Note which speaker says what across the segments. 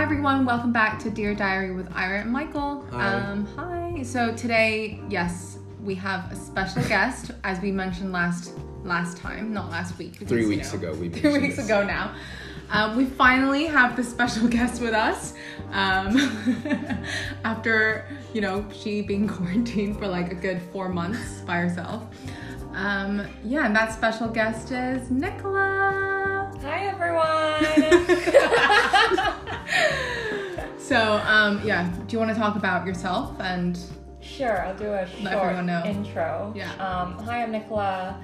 Speaker 1: everyone. Welcome back to Dear Diary with Ira and Michael.
Speaker 2: Hi.
Speaker 1: Um, hi. So today, yes, we have a special guest, as we mentioned last last time, not last week. because,
Speaker 2: Three
Speaker 1: you
Speaker 2: weeks
Speaker 1: know,
Speaker 2: ago, we
Speaker 1: three
Speaker 2: mentioned
Speaker 1: weeks
Speaker 2: this.
Speaker 1: ago now. Um, we finally have the special guest with us. Um, after you know she being quarantined for like a good four months by herself. Um, yeah, and that special guest is Nicola.
Speaker 3: Hi everyone.
Speaker 1: So, um, yeah, do you want to talk about yourself and
Speaker 3: sure, I'll do a
Speaker 1: Let
Speaker 3: short
Speaker 1: everyone know.
Speaker 3: intro.
Speaker 1: Yeah.
Speaker 3: Um, hi, I'm Nicola.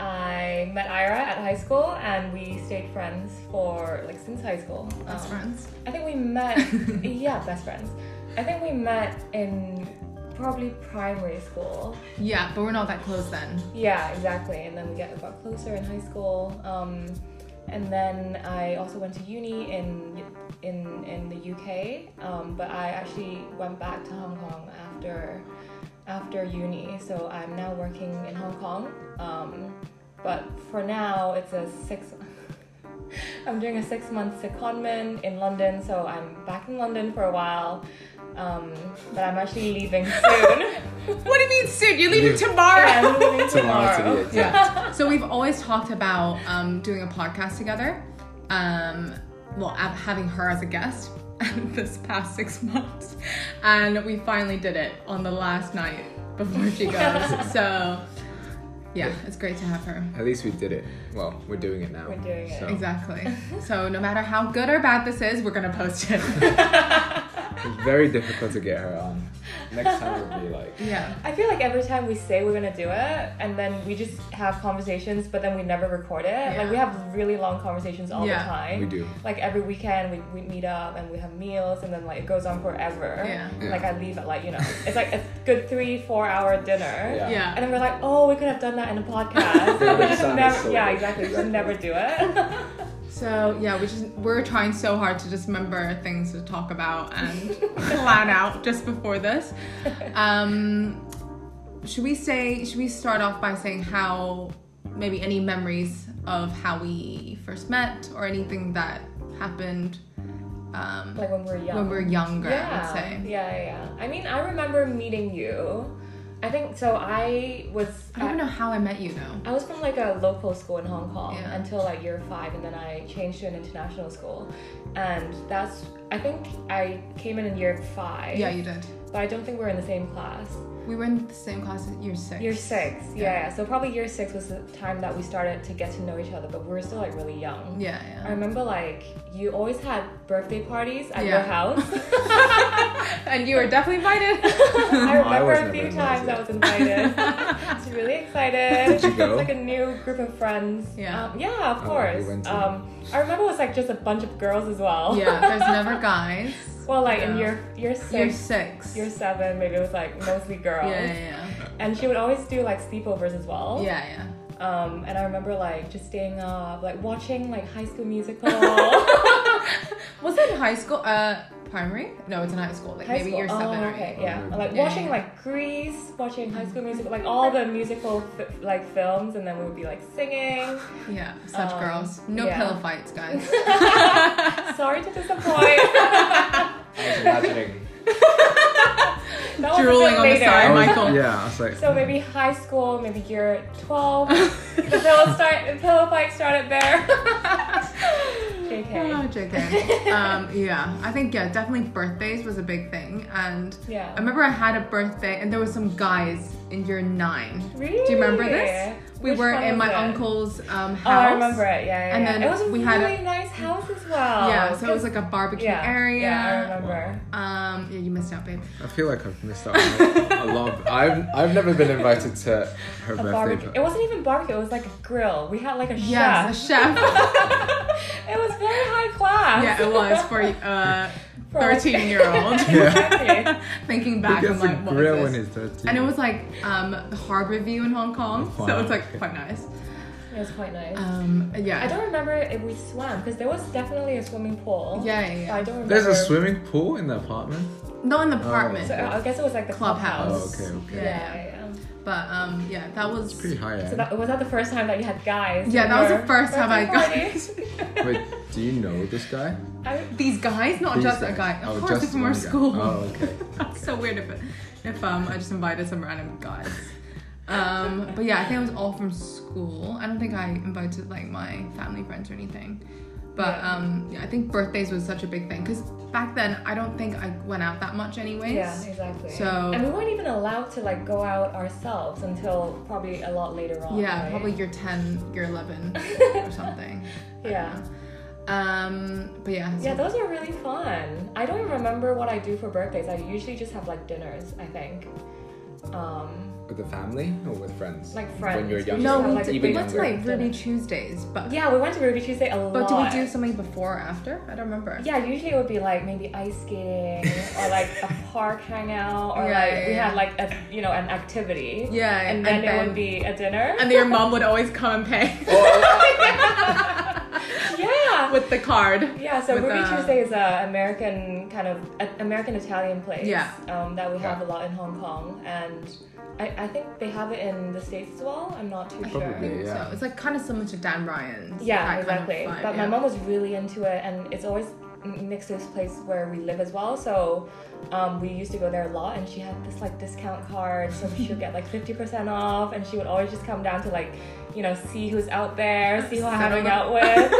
Speaker 3: I met Ira at high school, and we stayed friends for like since high school.
Speaker 1: best
Speaker 3: Um,
Speaker 1: friends?
Speaker 3: I think we met. yeah, best friends. I think we met in probably primary school.
Speaker 1: Yeah, but we're not that close then.
Speaker 3: Yeah, exactly. And then we got, got closer in high school. Um, and then I also went to uni in in in the UK. Um, but I actually went back to Hong Kong after after uni. So I'm now working in Hong Kong. Um, but for now, it's a six. I'm doing a six month secondment in London, so I'm back in London for a while. Um, but I'm actually leaving soon.
Speaker 1: What do you mean soon? You're leaving
Speaker 3: Yeah,
Speaker 1: tomorrow.
Speaker 3: I'm
Speaker 2: Tomorrow
Speaker 3: leaving
Speaker 2: to
Speaker 3: tomorrow.
Speaker 2: the exact-
Speaker 1: Yeah. So we've always talked about um, doing a podcast together. Um, well, ab- having her as a guest this past six months, and we finally did it on the last night before she goes. so, yeah, it's great to have her.
Speaker 2: At least we did it. Well, we're doing it now.
Speaker 3: We're doing it.
Speaker 2: So
Speaker 1: Exactly. So no matter how good or bad this is, we're gonna post it.
Speaker 2: It's very difficult to get her on. Next time we'll be like,
Speaker 1: yeah.
Speaker 3: I feel like every time we say we're gonna do it, and then we just have conversations, but then we never record it.
Speaker 1: Yeah.
Speaker 3: Like we have really long conversations all
Speaker 1: Yeah.
Speaker 3: the time.
Speaker 2: we do.
Speaker 3: Like every weekend, we, we meet up and we have meals, and then like it goes on forever.
Speaker 1: Yeah.
Speaker 2: Yeah.
Speaker 3: Like I leave at like you know, it's like a good three four hour dinner.
Speaker 2: Yeah.
Speaker 1: Yeah.
Speaker 3: And then we're like, oh, we could have done that in a podcast.
Speaker 2: Yeah,
Speaker 3: we
Speaker 2: that
Speaker 3: just
Speaker 2: sounds
Speaker 3: never,
Speaker 2: so
Speaker 3: yeah,
Speaker 2: good.
Speaker 3: exactly. We just
Speaker 2: Exactly.
Speaker 3: never do it.
Speaker 1: So yeah, we just we're trying so hard to just remember things to talk about and plan out just before this. Um, should we say? Should we start off by saying how maybe any memories of how we first met or anything that happened um,
Speaker 3: like when we're young.
Speaker 1: when we were younger? I would say.
Speaker 3: Yeah, yeah, yeah. I mean, I remember meeting you. I think so. I was.
Speaker 1: I don't even know how I met you though.
Speaker 3: I was from like a local school in Hong Kong
Speaker 1: Mm, Yeah.
Speaker 3: until like year five, and then I changed to an international school, and that's I think I came in in year five.
Speaker 1: Yeah, you did.
Speaker 3: But I don't think we were in the same class.
Speaker 1: We were in the same class at year six.
Speaker 3: Year six, yeah. yeah. So probably year six was the time that we started to get to know each other, but we were still like really young.
Speaker 1: Yeah,
Speaker 3: I
Speaker 1: yeah.
Speaker 3: remember like you always had birthday parties at
Speaker 1: Yeah.
Speaker 3: your house.
Speaker 1: and you were definitely invited.
Speaker 3: I remember
Speaker 2: was
Speaker 3: a
Speaker 2: never
Speaker 3: few
Speaker 2: invited,
Speaker 3: times
Speaker 2: yeah.
Speaker 3: I was invited. I was really excited.
Speaker 2: Did you go?
Speaker 3: It's like a new group of friends.
Speaker 1: Yeah.
Speaker 3: Um, yeah, of
Speaker 2: Oh,
Speaker 3: course.
Speaker 2: you went to-
Speaker 3: um, I remember it was like just a bunch of girls as well.
Speaker 1: yeah, there's never guys.
Speaker 3: well, like in
Speaker 1: Yeah.
Speaker 3: year year
Speaker 1: Year
Speaker 3: six,
Speaker 1: six.
Speaker 3: year seven, maybe it was like mostly girls.
Speaker 1: Yeah, yeah,
Speaker 3: And she would always do like sleepovers as well.
Speaker 1: yeah. Yeah,
Speaker 3: Um, and I remember like just staying up, like watching like High School Musical.
Speaker 1: yeah. Was it in high school? Uh, primary? No, it's in high school. Like
Speaker 3: Oh. High
Speaker 1: maybe
Speaker 3: school.
Speaker 1: year seven,
Speaker 3: oh,
Speaker 1: right?
Speaker 3: okay, yeah.
Speaker 2: Mhm.
Speaker 3: Like
Speaker 1: Yeah,
Speaker 3: watching
Speaker 1: yeah.
Speaker 3: like Grease, watching High School Musical, like all the musical f- like films, and then we would be like singing.
Speaker 1: Yeah, such
Speaker 3: Um,
Speaker 1: girls. No
Speaker 3: yeah.
Speaker 1: pillow fights, guys.
Speaker 3: Sorry to disappoint.
Speaker 2: I was imagining.
Speaker 3: That was a
Speaker 1: Drooling
Speaker 3: bit
Speaker 1: on the
Speaker 3: later.
Speaker 1: side.
Speaker 2: I was-
Speaker 1: Michael.
Speaker 2: Yeah, I was like.
Speaker 3: So maybe high school, maybe year twelve. the pillow start, the pillow fight started there.
Speaker 1: Oh,
Speaker 3: Jk.
Speaker 1: JK. Oh, um, yeah, I think yeah, definitely birthdays was a big thing, and
Speaker 3: Yeah.
Speaker 1: I remember I had a birthday, and there were some guys in year nine.
Speaker 3: Really?
Speaker 1: Do you remember this? We
Speaker 3: Which
Speaker 1: were
Speaker 3: one
Speaker 1: in
Speaker 3: was
Speaker 1: my
Speaker 3: it?
Speaker 1: uncle's um, house.
Speaker 3: Oh, I remember it. Yeah, yeah.
Speaker 1: And
Speaker 3: yeah.
Speaker 1: then
Speaker 3: it was a
Speaker 1: we
Speaker 3: really
Speaker 1: had a-
Speaker 3: nice house as well.
Speaker 1: Yeah, so it was like a barbecue
Speaker 3: Oh, yeah,
Speaker 1: area.
Speaker 3: Yeah, I remember.
Speaker 1: Um, yeah, you missed out, babe.
Speaker 2: I feel like I've missed out on a lot. Of, I've I've never been invited to her
Speaker 3: A
Speaker 2: birthday.
Speaker 3: barbecue. It
Speaker 2: But
Speaker 3: wasn't even barbecue. It was like a grill. We had like a
Speaker 1: Yes, a
Speaker 3: chef.
Speaker 1: chef.
Speaker 3: It was very high class.
Speaker 1: yeah, it was for a
Speaker 3: For like-
Speaker 1: thirteen-year-old.
Speaker 3: Exactly.
Speaker 1: Thinking
Speaker 2: he
Speaker 1: back, I'm
Speaker 2: gets a
Speaker 1: like, what
Speaker 2: grill
Speaker 1: was
Speaker 2: when
Speaker 1: this?
Speaker 2: he's 13.
Speaker 1: And it was like um, the Harbour View in Hong Kong, so
Speaker 2: Wow.
Speaker 1: it's like quite nice.
Speaker 3: It was quite nice.
Speaker 1: Um,
Speaker 3: I
Speaker 1: yeah,
Speaker 3: don't remember if we swam because there was definitely a swimming pool.
Speaker 1: yeah, yeah.
Speaker 3: But
Speaker 1: yeah.
Speaker 3: I don't remember.
Speaker 2: There's a swimming pool in the apartment.
Speaker 1: Not in the apartment,
Speaker 3: So I I guess it was like the
Speaker 1: Clubhouse.
Speaker 3: clubhouse.
Speaker 2: Oh, okay, okay.
Speaker 3: Yeah, yeah, yeah.
Speaker 1: but um, yeah, that was
Speaker 2: Pretty high
Speaker 3: So
Speaker 2: end.
Speaker 3: that, was that the first time that you had guys?
Speaker 1: yeah,
Speaker 3: in
Speaker 1: that was
Speaker 3: your
Speaker 1: the first time I
Speaker 3: birthday
Speaker 1: got.
Speaker 3: party?
Speaker 2: Wait, do you know this guy?
Speaker 3: I,
Speaker 1: These guys, not
Speaker 2: These
Speaker 1: just a
Speaker 2: days.
Speaker 1: guy. Of
Speaker 2: Oh,
Speaker 1: course,
Speaker 2: just
Speaker 1: it's from our
Speaker 2: one guy.
Speaker 1: school.
Speaker 2: Oh, okay.
Speaker 1: That's so weird if it, if um I just invited some random guys. Um, but yeah, I think it was all from school. I don't think I invited like my family friends or anything. But
Speaker 3: Yeah.
Speaker 1: um, yeah, I think birthdays was such a big thing because back then I don't think I went out that much anyways.
Speaker 3: yeah, exactly.
Speaker 1: So-
Speaker 3: and we weren't even allowed to like go out ourselves until probably a lot later on.
Speaker 1: Yeah,
Speaker 3: right?
Speaker 1: probably year ten, year eleven, or something.
Speaker 3: Yeah.
Speaker 1: Um, but yeah, so-
Speaker 3: Yeah, those are really fun. I don't remember what I do for birthdays. I usually just have like dinners, I think. Um,
Speaker 2: With the family or with friends?
Speaker 3: Like friends.
Speaker 2: When you're
Speaker 3: We
Speaker 2: young.
Speaker 3: just
Speaker 1: no,
Speaker 3: have,
Speaker 1: we,
Speaker 3: like,
Speaker 1: did,
Speaker 2: even
Speaker 1: we went to
Speaker 2: younger.
Speaker 1: like Ruby Tuesdays, but
Speaker 3: yeah, we went to Ruby Tuesday a
Speaker 1: but
Speaker 3: lot.
Speaker 1: did we do something before or after? I don't remember.
Speaker 3: Yeah, usually it would be like maybe ice skating or like a park hangout or
Speaker 1: Yeah,
Speaker 3: like
Speaker 1: yeah,
Speaker 3: we
Speaker 1: yeah.
Speaker 3: had like a you know an activity.
Speaker 1: Yeah,
Speaker 3: and
Speaker 1: and
Speaker 3: then it
Speaker 1: then-
Speaker 3: would be a dinner.
Speaker 1: And then your mom would always come and pay.
Speaker 3: yeah.
Speaker 1: with the card.
Speaker 3: Yeah, so
Speaker 1: With,
Speaker 3: Ruby
Speaker 1: uh,
Speaker 3: Tuesday is a American kind of a, American Italian place.
Speaker 1: Yeah.
Speaker 3: Um, that we have
Speaker 2: Yeah.
Speaker 3: a lot in Hong Kong, and I, I think they have it in the states as well. I'm not too
Speaker 2: Probably.
Speaker 3: sure.
Speaker 2: Yeah.
Speaker 1: So it's like kind of similar to Dan Ryan's.
Speaker 3: Yeah,
Speaker 1: that kind of
Speaker 3: exactly.
Speaker 1: vibe,
Speaker 3: but my
Speaker 1: yeah.
Speaker 3: mom was really into it, and it's always m- next to this place where we live as well. So um, we used to go there a lot, and she had this like discount card, so she would get like fifty percent off, and she would always just come down to like, you know, see who's out there, see who I'm
Speaker 1: Settle
Speaker 3: hanging
Speaker 1: them.
Speaker 3: out with.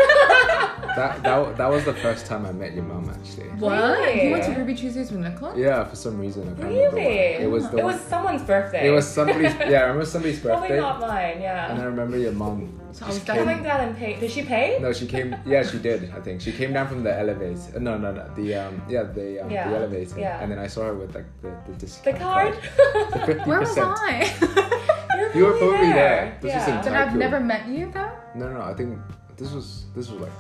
Speaker 2: That, that that was the first time I met your mum actually.
Speaker 1: What?
Speaker 3: Really?
Speaker 1: You went to Ruby Tuesdays with Nicola?
Speaker 2: Yeah, for some reason I can't remember.
Speaker 3: Really?
Speaker 2: why. It was the
Speaker 3: It was Oh someone's birthday.
Speaker 2: it was somebody's yeah, I remember somebody's
Speaker 3: Probably
Speaker 2: birthday.
Speaker 3: not mine,
Speaker 2: And I
Speaker 3: yeah.
Speaker 2: remember your mum.
Speaker 1: So I was definitely-
Speaker 2: just came,
Speaker 3: Coming down and pay. Did she pay?
Speaker 2: No, she came. Yeah, she did. I think she came down from the elevator. No, no, no. The um, yeah, the um,
Speaker 3: Yeah,
Speaker 2: the elevator.
Speaker 3: yeah.
Speaker 2: And then I saw her with like the the discount
Speaker 3: The card?
Speaker 2: The fifty
Speaker 1: Where was
Speaker 2: percent.
Speaker 1: I?
Speaker 2: You were probably there. This is
Speaker 3: Yeah.
Speaker 2: in-
Speaker 1: Then I've never met you though.
Speaker 2: No, no, no. I think this was this was like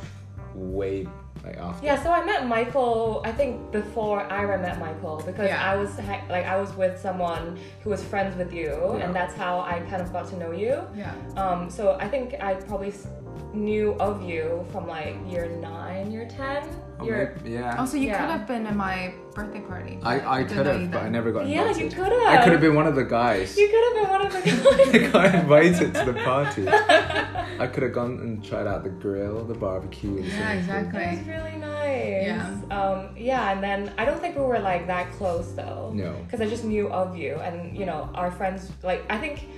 Speaker 2: way like after.
Speaker 3: yeah, so I met Michael, I think before Ira met Michael because
Speaker 1: Yeah.
Speaker 3: I was ha- like I was with someone who was friends with you
Speaker 2: Yeah.
Speaker 3: and that's how I kind of got to know you.
Speaker 1: Yeah.
Speaker 3: Um, so I think I probably s- knew of you from like year 9, year 10,
Speaker 2: Or
Speaker 3: year
Speaker 2: maybe- Oh, yeah.
Speaker 1: Also, you
Speaker 3: Yeah.
Speaker 1: could have been at my birthday party.
Speaker 2: I, I
Speaker 1: Didn't
Speaker 2: could
Speaker 1: know
Speaker 2: have,
Speaker 1: you
Speaker 2: but I
Speaker 1: then.
Speaker 2: never got
Speaker 3: Yeah,
Speaker 2: invited.
Speaker 3: you could have.
Speaker 2: I could have been one of the guys.
Speaker 3: You could have been one of the
Speaker 2: I got invited to the party. I could have gone and tried out the grill, the barbecue. And
Speaker 1: Yeah, exactly.
Speaker 3: It was really nice.
Speaker 1: Yeah.
Speaker 3: Um, yeah, and then I don't think we were like that close though.
Speaker 2: No.
Speaker 3: Because I just knew of you, and you know our friends. Like I think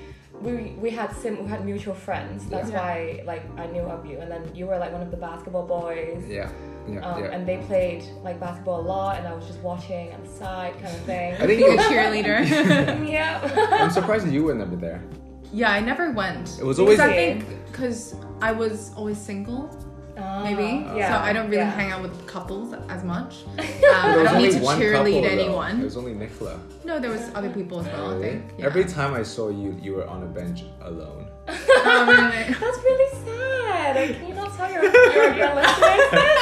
Speaker 3: we we had sim we had mutual friends. That's
Speaker 1: Yeah.
Speaker 3: why like I knew of you, and then you were like one of the basketball boys.
Speaker 2: Yeah, yeah,
Speaker 1: Oh,
Speaker 3: Um,
Speaker 2: yeah.
Speaker 3: And they played like basketball a lot, and I was just watching on the side, kind of thing.
Speaker 2: I think
Speaker 1: Being a
Speaker 2: you,
Speaker 1: cheerleader.
Speaker 3: yeah.
Speaker 2: I'm surprised that you were never there.
Speaker 1: yeah, I never went.
Speaker 2: It was
Speaker 1: Because
Speaker 2: always
Speaker 1: I
Speaker 3: Really?
Speaker 1: think because I was always single,
Speaker 3: Ah,
Speaker 1: maybe.
Speaker 3: yeah.
Speaker 1: So I don't really
Speaker 3: yeah.
Speaker 1: hang out with couples as much. Um,
Speaker 2: But
Speaker 1: I
Speaker 2: there was
Speaker 1: don't
Speaker 2: only
Speaker 1: need to
Speaker 2: one couple,
Speaker 1: cheerlead
Speaker 2: though.
Speaker 1: anyone.
Speaker 2: It was only Nicola.
Speaker 1: No, there was other people as well. I think. Yeah.
Speaker 2: Every time I saw you, you were on a bench alone.
Speaker 1: Um,
Speaker 3: That's really sad. Can you not tell your, your, your listeners this?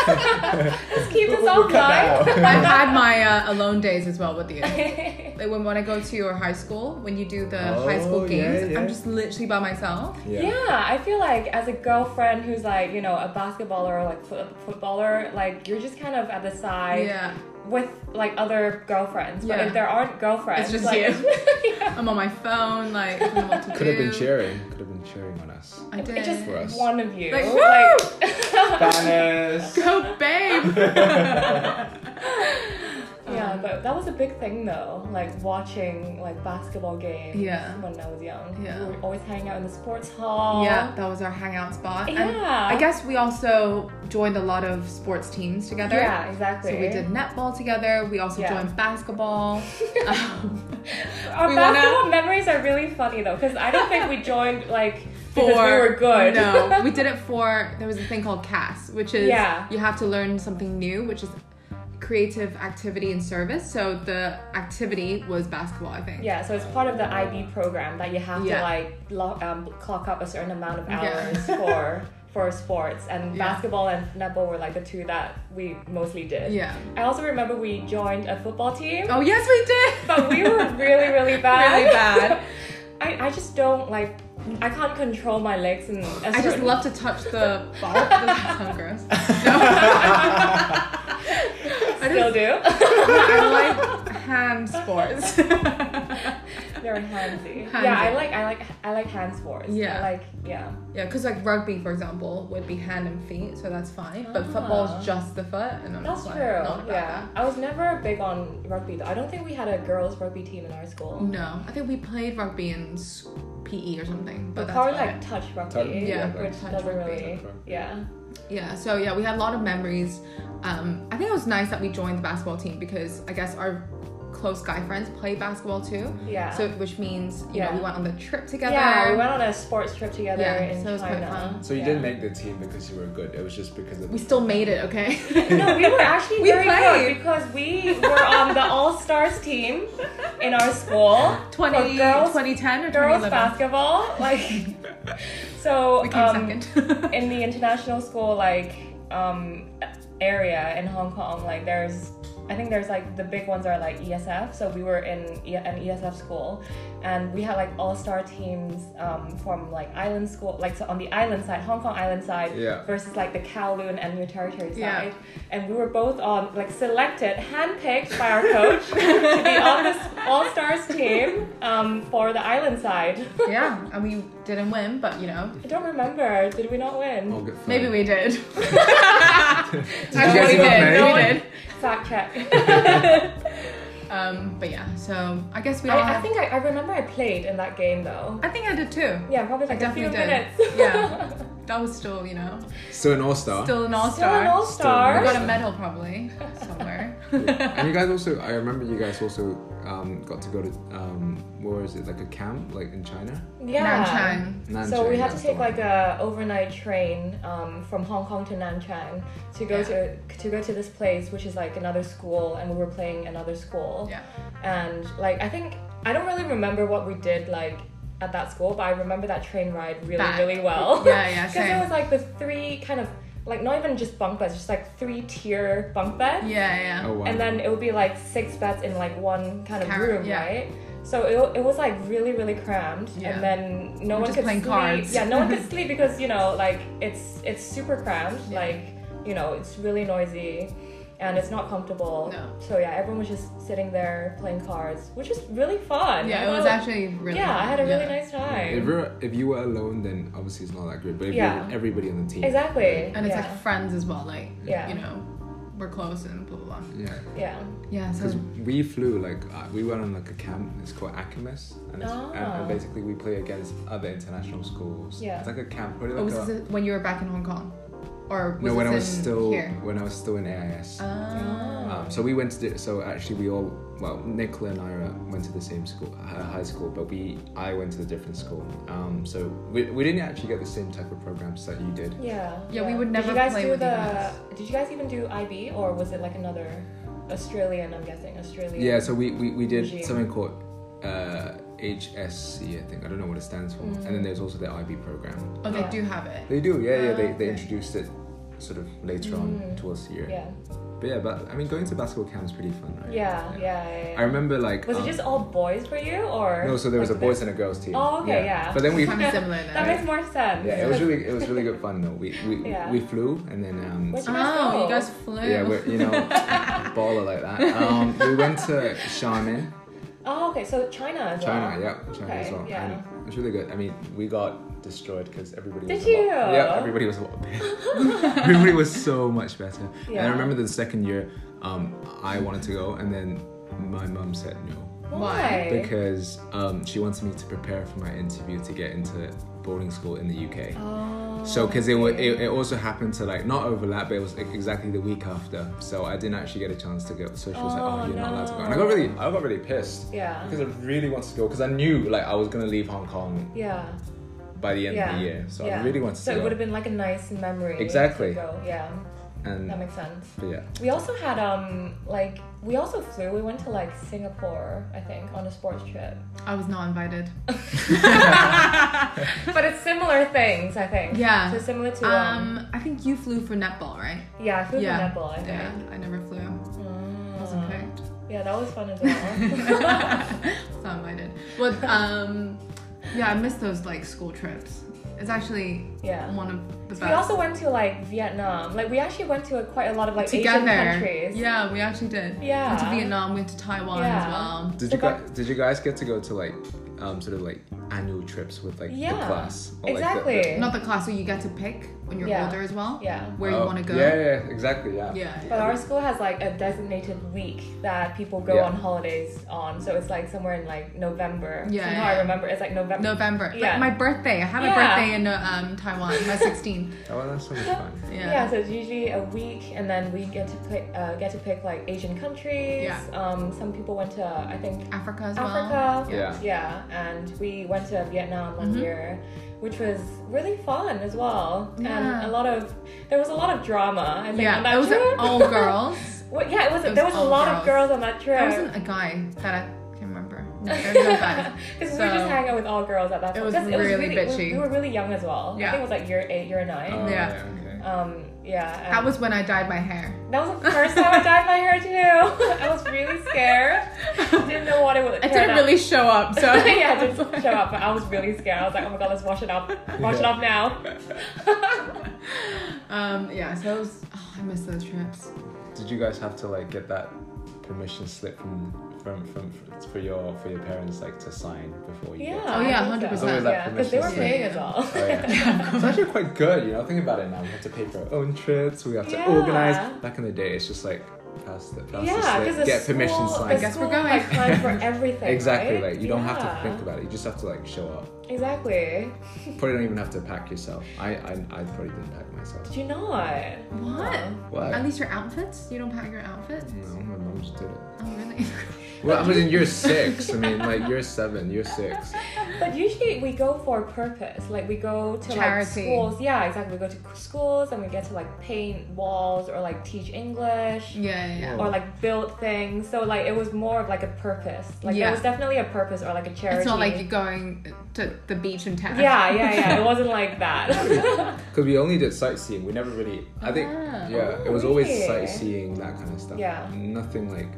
Speaker 3: Let's keep this
Speaker 2: We'll cut
Speaker 3: offline.
Speaker 2: that out.
Speaker 1: I've had my uh, alone days as well with you.
Speaker 3: yeah.
Speaker 1: Like when, when I go to your high school, when you do the high
Speaker 2: Oh,
Speaker 1: school
Speaker 2: yeah,
Speaker 1: games,
Speaker 2: yeah.
Speaker 1: I'm just literally by myself.
Speaker 3: I feel like as a girlfriend who's like, you know, a basketballer or like fo- footballer, like you're just kind of at the side
Speaker 1: Yeah,
Speaker 3: with like other girlfriends. But
Speaker 1: Yeah.
Speaker 3: if there aren't girlfriends,
Speaker 1: It's just
Speaker 3: like,
Speaker 1: you.
Speaker 3: yeah.
Speaker 1: I'm on my phone, like I don't know what to
Speaker 2: Could
Speaker 1: do.
Speaker 2: have been cheering. Could have been cheering on us.
Speaker 1: I did.
Speaker 3: It's just
Speaker 2: For us.
Speaker 3: one of you.
Speaker 1: Like,
Speaker 3: Like,
Speaker 1: woo!
Speaker 2: Oh. Banners.
Speaker 1: Go, babe. Um,
Speaker 3: yeah, but that was a big thing though, like watching like basketball games
Speaker 1: Yeah.
Speaker 3: when I was young.
Speaker 1: Yeah.
Speaker 3: We would always hang out in the sports hall.
Speaker 1: Yeah, that was our hangout spot. And
Speaker 3: Yeah.
Speaker 1: I guess we also joined a lot of sports teams together.
Speaker 3: Yeah, exactly.
Speaker 1: So we did netball together. We also
Speaker 3: Yeah.
Speaker 1: joined basketball. Um,
Speaker 3: Our
Speaker 1: We wanna-
Speaker 3: basketball memories are really funny though, because I don't think we joined like
Speaker 1: for
Speaker 3: because we were good.
Speaker 1: No, we did it for there was a thing called CAS, which is
Speaker 3: Yeah.
Speaker 1: you have to learn something new, which is creative activity and service. So the activity was basketball, I think.
Speaker 3: yeah, so it's part of the IB program that you have to
Speaker 1: Yeah.
Speaker 3: like lo- um, clock up a certain amount of
Speaker 1: Yeah.
Speaker 3: hours for for sports, and
Speaker 1: Yeah.
Speaker 3: basketball and netball were like the two that we mostly did.
Speaker 1: Yeah.
Speaker 3: I also remember we joined a football team,
Speaker 1: Oh yes, we did.
Speaker 3: but we were really really bad.
Speaker 1: Really bad.
Speaker 3: I I just don't like. I can't control my legs and.
Speaker 1: I just love to touch the ball. That sounds gross.
Speaker 3: Still do.
Speaker 1: I like hand sports.
Speaker 3: Very handsy.
Speaker 1: Handsy.
Speaker 3: Yeah, I like I like I like hand sports.
Speaker 1: Yeah.
Speaker 3: I like yeah.
Speaker 1: Yeah, because like rugby, for example, would be hand and feet, so that's fine. But
Speaker 3: Ah.
Speaker 1: football's just the foot, and I'm
Speaker 3: That's
Speaker 1: like,
Speaker 3: true.
Speaker 1: not about
Speaker 3: Yeah. I was never big on rugby though. I don't think we had a girls rugby team in our
Speaker 1: that.
Speaker 3: school.
Speaker 1: No, I think we played rugby in s- PE or something, but
Speaker 3: But
Speaker 1: that's
Speaker 3: probably
Speaker 1: about
Speaker 3: like
Speaker 1: it.
Speaker 3: touch rugby.
Speaker 2: Touch- yeah,
Speaker 3: Which
Speaker 1: touch
Speaker 3: doesn't
Speaker 1: rugby.
Speaker 3: really
Speaker 2: Touch rugby.
Speaker 3: Yeah.
Speaker 1: Yeah, so yeah, we had a lot of memories. Um, I think it was nice that we joined the basketball team because I guess our close guy friends played basketball too.
Speaker 3: Yeah.
Speaker 1: So which means you know
Speaker 3: Yeah.
Speaker 1: we went on the trip together.
Speaker 3: yeah, we went on a sports trip together
Speaker 1: Yeah,
Speaker 3: in
Speaker 1: so it was quite
Speaker 3: China.
Speaker 1: fun.
Speaker 2: So you
Speaker 3: Yeah.
Speaker 2: didn't make the team because you were good. It was just because of
Speaker 1: We still made it, okay?
Speaker 3: no, we were actually
Speaker 1: We
Speaker 3: very
Speaker 1: played.
Speaker 3: good because we were on the All Stars team in our school.
Speaker 1: 20,
Speaker 3: For girls-
Speaker 1: 2010 or
Speaker 3: Girls
Speaker 1: 2011.
Speaker 3: basketball, like so.
Speaker 1: We came
Speaker 3: um,
Speaker 1: second.
Speaker 3: in the international school like um, area in Hong Kong, like there's I think there's like the big ones are like ESF. So we were in E- an ESF school, and we had like all star teams um, from like island school, like so on the island side, Hong Kong island side,
Speaker 2: Yeah.
Speaker 3: versus like the Kowloon and New Territory side.
Speaker 1: Yeah.
Speaker 3: And we were both on like selected, handpicked by our coach to be on this all stars team um, for the island side.
Speaker 1: yeah, and we didn't win, but you know,
Speaker 3: I don't remember. Did we not win?
Speaker 2: Oh, good fun.
Speaker 1: maybe we did.
Speaker 2: guys
Speaker 1: Actually, we
Speaker 2: not
Speaker 1: did.
Speaker 2: make
Speaker 1: No, we
Speaker 3: it?
Speaker 1: did.
Speaker 3: Fact check.
Speaker 1: Um, but yeah, so I guess we all.
Speaker 3: I, I
Speaker 1: have-
Speaker 3: think I, I remember I played in that game though.
Speaker 1: I think I did too.
Speaker 3: Yeah, probably like a few
Speaker 1: definitely did.
Speaker 3: minutes.
Speaker 1: Yeah. That was still, you know,
Speaker 2: Still an all star.
Speaker 1: still an all
Speaker 3: Still an
Speaker 1: star.
Speaker 3: all star.
Speaker 1: I got a medal probably somewhere.
Speaker 2: and you guys also, I remember you guys also um, got to go to um, where is it? Like a camp, like in China.
Speaker 3: Yeah.
Speaker 1: Nanchang.
Speaker 2: Nanchang,
Speaker 3: So we had to
Speaker 2: that's
Speaker 3: take
Speaker 2: the one.
Speaker 3: like a overnight train um, from Hong Kong to Nanchang to go to to go to this place, which is like another school, and we were playing another school.
Speaker 1: Yeah.
Speaker 3: And like I think I don't really remember what we did like at that school, but I remember that train ride really
Speaker 1: Back.
Speaker 3: really well.
Speaker 1: Yeah, yeah,
Speaker 3: Because it
Speaker 1: same.
Speaker 3: was like the three kind of like not even just bunk beds, just like three tier bunk beds.
Speaker 1: Yeah, yeah.
Speaker 2: Oh wow.
Speaker 3: and then it would be like six beds in like one kind of
Speaker 1: Car-
Speaker 3: room,
Speaker 1: yeah.
Speaker 3: right? So it, it was like really really cramped,
Speaker 1: Yeah.
Speaker 3: and then no
Speaker 1: We're
Speaker 3: one
Speaker 1: just
Speaker 3: could
Speaker 1: playing
Speaker 3: sleep.
Speaker 1: cards.
Speaker 3: Yeah, no one could sleep because you know like it's it's super cramped, like you know it's really noisy, and it's not comfortable.
Speaker 1: No.
Speaker 3: So yeah, everyone was just sitting there playing cards, which was really fun. I
Speaker 1: Yeah, it was
Speaker 3: felt-
Speaker 1: actually really.
Speaker 3: yeah, I had a really
Speaker 1: yeah.
Speaker 3: nice
Speaker 2: if
Speaker 3: time.
Speaker 2: you're if you were alone, then obviously it's not that great. But if
Speaker 3: Yeah.
Speaker 2: you're everybody on the team,
Speaker 3: Exactly.
Speaker 1: And it's
Speaker 3: yeah.
Speaker 1: like friends as well, like
Speaker 3: Yeah.
Speaker 1: you know, we're close and blah blah blah.
Speaker 2: Yeah.
Speaker 3: yeah.
Speaker 1: Yeah, so
Speaker 2: Because we flew like uh, we went on like a camp. It's called Akamis, and, it's, and, and
Speaker 3: Oh.
Speaker 2: basically we play against other international schools.
Speaker 3: Yeah.
Speaker 2: It's like a camp. Or like
Speaker 1: oh, was
Speaker 2: a,
Speaker 1: this when you were back in Hong Kong, or was
Speaker 2: no, when
Speaker 1: this
Speaker 2: I was
Speaker 1: in
Speaker 2: still
Speaker 1: here?
Speaker 2: when I was still in AIS.
Speaker 1: Ah.
Speaker 3: Oh.
Speaker 2: Um, so we went to the, so actually we all well Nicola and I went to the same school uh, high school but we I went to a different school um, so we, we didn't actually get the same type of programs that you did
Speaker 3: Yeah.
Speaker 1: Yeah, we would
Speaker 3: Did
Speaker 1: never
Speaker 3: you guys
Speaker 1: play
Speaker 3: do
Speaker 1: with you
Speaker 3: the?
Speaker 1: guys.
Speaker 3: Did you guys even do IB or was it like another Australian? I'm guessing Australian.
Speaker 2: yeah so we we, we did
Speaker 3: Regime.
Speaker 2: something called uh, HSC I think I don't know what it stands for
Speaker 3: Mm-hmm.
Speaker 2: and then there's also the IB program
Speaker 1: Oh, they
Speaker 3: Yeah.
Speaker 1: do have it.
Speaker 2: they do yeah yeah
Speaker 1: Ah,
Speaker 2: they,
Speaker 1: okay.
Speaker 2: they introduced it sort of later on towards the year
Speaker 3: Mm-hmm. Yeah.
Speaker 2: but yeah but I mean going to basketball camp is pretty fun
Speaker 3: Yeah.
Speaker 2: right
Speaker 3: Yeah. yeah, yeah.
Speaker 2: I remember like
Speaker 3: Was
Speaker 2: um,
Speaker 3: it just all boys for you or?
Speaker 2: no so there was a
Speaker 3: like
Speaker 2: boys and a girls team
Speaker 3: Oh, okay, yeah.
Speaker 2: but then we
Speaker 1: Kind of similar
Speaker 3: That
Speaker 1: then.
Speaker 3: makes more sense.
Speaker 2: Yeah, it was really it was really good fun though. We we,
Speaker 3: Yeah.
Speaker 2: we flew and then um
Speaker 3: Which-
Speaker 1: Oh, you guys flew.
Speaker 2: yeah, we're, you know, baller like that. Um, we went to Xiamen,
Speaker 3: Oh, okay. So China as
Speaker 2: China.
Speaker 3: well.
Speaker 2: Yeah, China as
Speaker 3: Okay,
Speaker 2: well.
Speaker 3: yeah.
Speaker 2: And it was really good. I mean, we got destroyed because everybody.
Speaker 3: Did
Speaker 2: was a lot-
Speaker 3: you?
Speaker 2: yeah, everybody was a lot better. everybody was so much better. And
Speaker 3: Yeah.
Speaker 2: I remember the second year, um, I wanted to go, and then my mum said no
Speaker 3: Why?
Speaker 2: because um, she wants me to prepare for my interview to get into boarding school in the UK.
Speaker 3: Oh,
Speaker 2: So, because it, wa-
Speaker 3: okay.
Speaker 2: it it also happened to like not overlap, but it was like, exactly the week after. So I didn't actually get a chance to go. So she was like,
Speaker 3: Oh,
Speaker 2: "Oh, you're not allowed to go." And I
Speaker 3: no.
Speaker 2: got really, I got really pissed
Speaker 3: Yeah.
Speaker 2: because I really wanted to go because I knew like I was gonna leave Hong Kong
Speaker 3: Yeah.
Speaker 2: by the end of
Speaker 3: Yeah.
Speaker 2: the year. So
Speaker 3: yeah.
Speaker 2: I really wanted
Speaker 3: So
Speaker 2: to
Speaker 3: it would
Speaker 2: go.
Speaker 3: have been like a nice memory.
Speaker 2: Exactly.
Speaker 3: To go. Yeah. That
Speaker 2: And
Speaker 3: makes sense.
Speaker 2: but yeah,
Speaker 3: We also had um like we also flew. We went to like Singapore, I think, on a sports trip.
Speaker 1: I was not invited.
Speaker 3: But it's similar things, I think.
Speaker 1: Yeah.
Speaker 3: So similar to um,
Speaker 1: Uh, Um, I think you flew for netball, right?
Speaker 3: yeah, food
Speaker 1: yeah.
Speaker 3: and netball, I think.
Speaker 1: Yeah, I never flew.
Speaker 3: Mm.
Speaker 1: Wasn't picked.
Speaker 3: Yeah, that was fun as well.
Speaker 1: was not invited. But um, yeah, I miss those like school trips. It's actually
Speaker 3: Yeah.
Speaker 1: one of the
Speaker 3: We
Speaker 1: best.
Speaker 3: also went to like Vietnam. Like we actually went to a, quite a lot of like
Speaker 1: Together.
Speaker 3: Asian countries.
Speaker 1: Yeah, we actually did.
Speaker 3: Yeah.
Speaker 1: Went to Vietnam, went to Taiwan as
Speaker 3: Yeah.
Speaker 1: well.
Speaker 2: Did
Speaker 3: The
Speaker 2: you guys, did you guys get to go to like um, sort of like annual trips with like the
Speaker 3: Yeah,
Speaker 2: class?
Speaker 3: exactly.
Speaker 2: Like
Speaker 1: Not the class where you get to pick when you're
Speaker 3: Yeah.
Speaker 1: older as well.
Speaker 3: Yeah.
Speaker 1: Where
Speaker 2: Oh,
Speaker 1: you want to go.
Speaker 2: Yeah, yeah, exactly. Yeah.
Speaker 1: Yeah.
Speaker 3: But our school has like a designated week that people go
Speaker 2: Yeah.
Speaker 3: on holidays on. So it's like somewhere in like November.
Speaker 1: Yeah,
Speaker 3: Somehow
Speaker 1: yeah.
Speaker 3: I remember it's like November.
Speaker 1: November. But
Speaker 3: Yeah.
Speaker 1: my birthday. I had a
Speaker 3: Yeah.
Speaker 1: birthday in uh, um, Taiwan, my 16th.
Speaker 2: Oh, that's so much fun.
Speaker 1: Yeah.
Speaker 3: Yeah. so it's usually a week, and then we get to pick, uh, get to pick like Asian countries.
Speaker 1: Yeah.
Speaker 3: Um, some people went to I think
Speaker 1: Africa as well.
Speaker 3: Africa.
Speaker 2: Yeah.
Speaker 3: Yeah, and we went to Vietnam one
Speaker 1: Mhm.
Speaker 3: year, which was really fun as well.
Speaker 1: Yeah.
Speaker 3: And a lot of there was a lot of drama. I think on
Speaker 1: Yeah,
Speaker 3: that
Speaker 1: it was
Speaker 3: trip.
Speaker 1: all girls.
Speaker 3: Well, yeah, it was.
Speaker 1: It was
Speaker 3: there was a
Speaker 1: all
Speaker 3: lot
Speaker 1: girls.
Speaker 3: of girls on that trip.
Speaker 1: There wasn't a guy that I can remember. No, there's no guy.
Speaker 3: Because we
Speaker 1: So-
Speaker 3: were just hanging out with all girls at that
Speaker 1: It
Speaker 3: time.
Speaker 1: was
Speaker 3: 'Cause
Speaker 1: really
Speaker 3: we-
Speaker 1: bitchy.
Speaker 3: We were really young as well.
Speaker 1: Yeah.
Speaker 3: I think it was like year eight, year nine.
Speaker 2: Oh,
Speaker 1: Yeah.
Speaker 2: okay.
Speaker 3: Um, yeah. and
Speaker 1: That was when I dyed my hair.
Speaker 3: that was the first time I dyed my hair too. I was really scared. Didn't know what it was.
Speaker 1: It didn't really show up, so
Speaker 3: yeah, it didn't show up, but I was really scared. I was like, oh my god, let's wash it up. Wash it up now.
Speaker 1: Um, yeah, so it was. Oh, I miss those trips.
Speaker 2: Did you guys have to like get that permission slip from from from, from for your for your parents like to sign before you?
Speaker 3: Yeah.
Speaker 2: Go?
Speaker 1: Oh, yeah,
Speaker 3: I think
Speaker 1: 100%.
Speaker 3: so.
Speaker 2: Always that
Speaker 3: Yeah, because they were
Speaker 2: permission
Speaker 3: paying
Speaker 1: slip.
Speaker 3: as well.
Speaker 2: Oh, yeah. it's actually quite good, you know. Think about it now. We have to pay for our own trips. We have to
Speaker 3: Yeah.
Speaker 2: organize. Back in the day, it's just like pass the pass
Speaker 3: Yeah,
Speaker 2: the
Speaker 3: because
Speaker 2: slip,
Speaker 3: the
Speaker 2: get
Speaker 3: school,
Speaker 2: permission
Speaker 3: the
Speaker 2: signed.
Speaker 1: guess we're
Speaker 3: school,
Speaker 1: going.
Speaker 3: like, planned for everything.
Speaker 2: Exactly.
Speaker 3: right?
Speaker 2: Like you don't have
Speaker 3: Yeah.
Speaker 2: to think about it. You just have to like show up.
Speaker 3: Exactly.
Speaker 2: Probably don't even have to pack yourself. I I, I probably didn't pack myself.
Speaker 3: Did you not?
Speaker 1: What? At
Speaker 2: Why?
Speaker 1: least your outfits. You don't pack your outfits.
Speaker 2: No, my mom just did it.
Speaker 1: Oh really?
Speaker 2: Well, I mean, you're six. I mean, like you're seven. You're six.
Speaker 3: But usually we go for a purpose. Like we go to like
Speaker 1: Charity.
Speaker 3: schools. Yeah, exactly. We go to schools and we get to like paint walls or like teach English
Speaker 1: yeah, yeah,
Speaker 2: Mm.
Speaker 1: yeah.
Speaker 3: or like build things. So like it was more of like a purpose. Like
Speaker 1: Yeah.
Speaker 3: there was definitely a purpose or like a charity.
Speaker 1: It's not like you're going to the beach in town.
Speaker 3: Yeah, yeah, yeah. It wasn't like that.
Speaker 2: Because we only did sightseeing. We never really. I think.
Speaker 1: Ah.
Speaker 2: yeah, it
Speaker 3: Oh,
Speaker 2: was always
Speaker 3: really?
Speaker 2: sightseeing that kind of stuff.
Speaker 3: Yeah.
Speaker 2: Nothing like.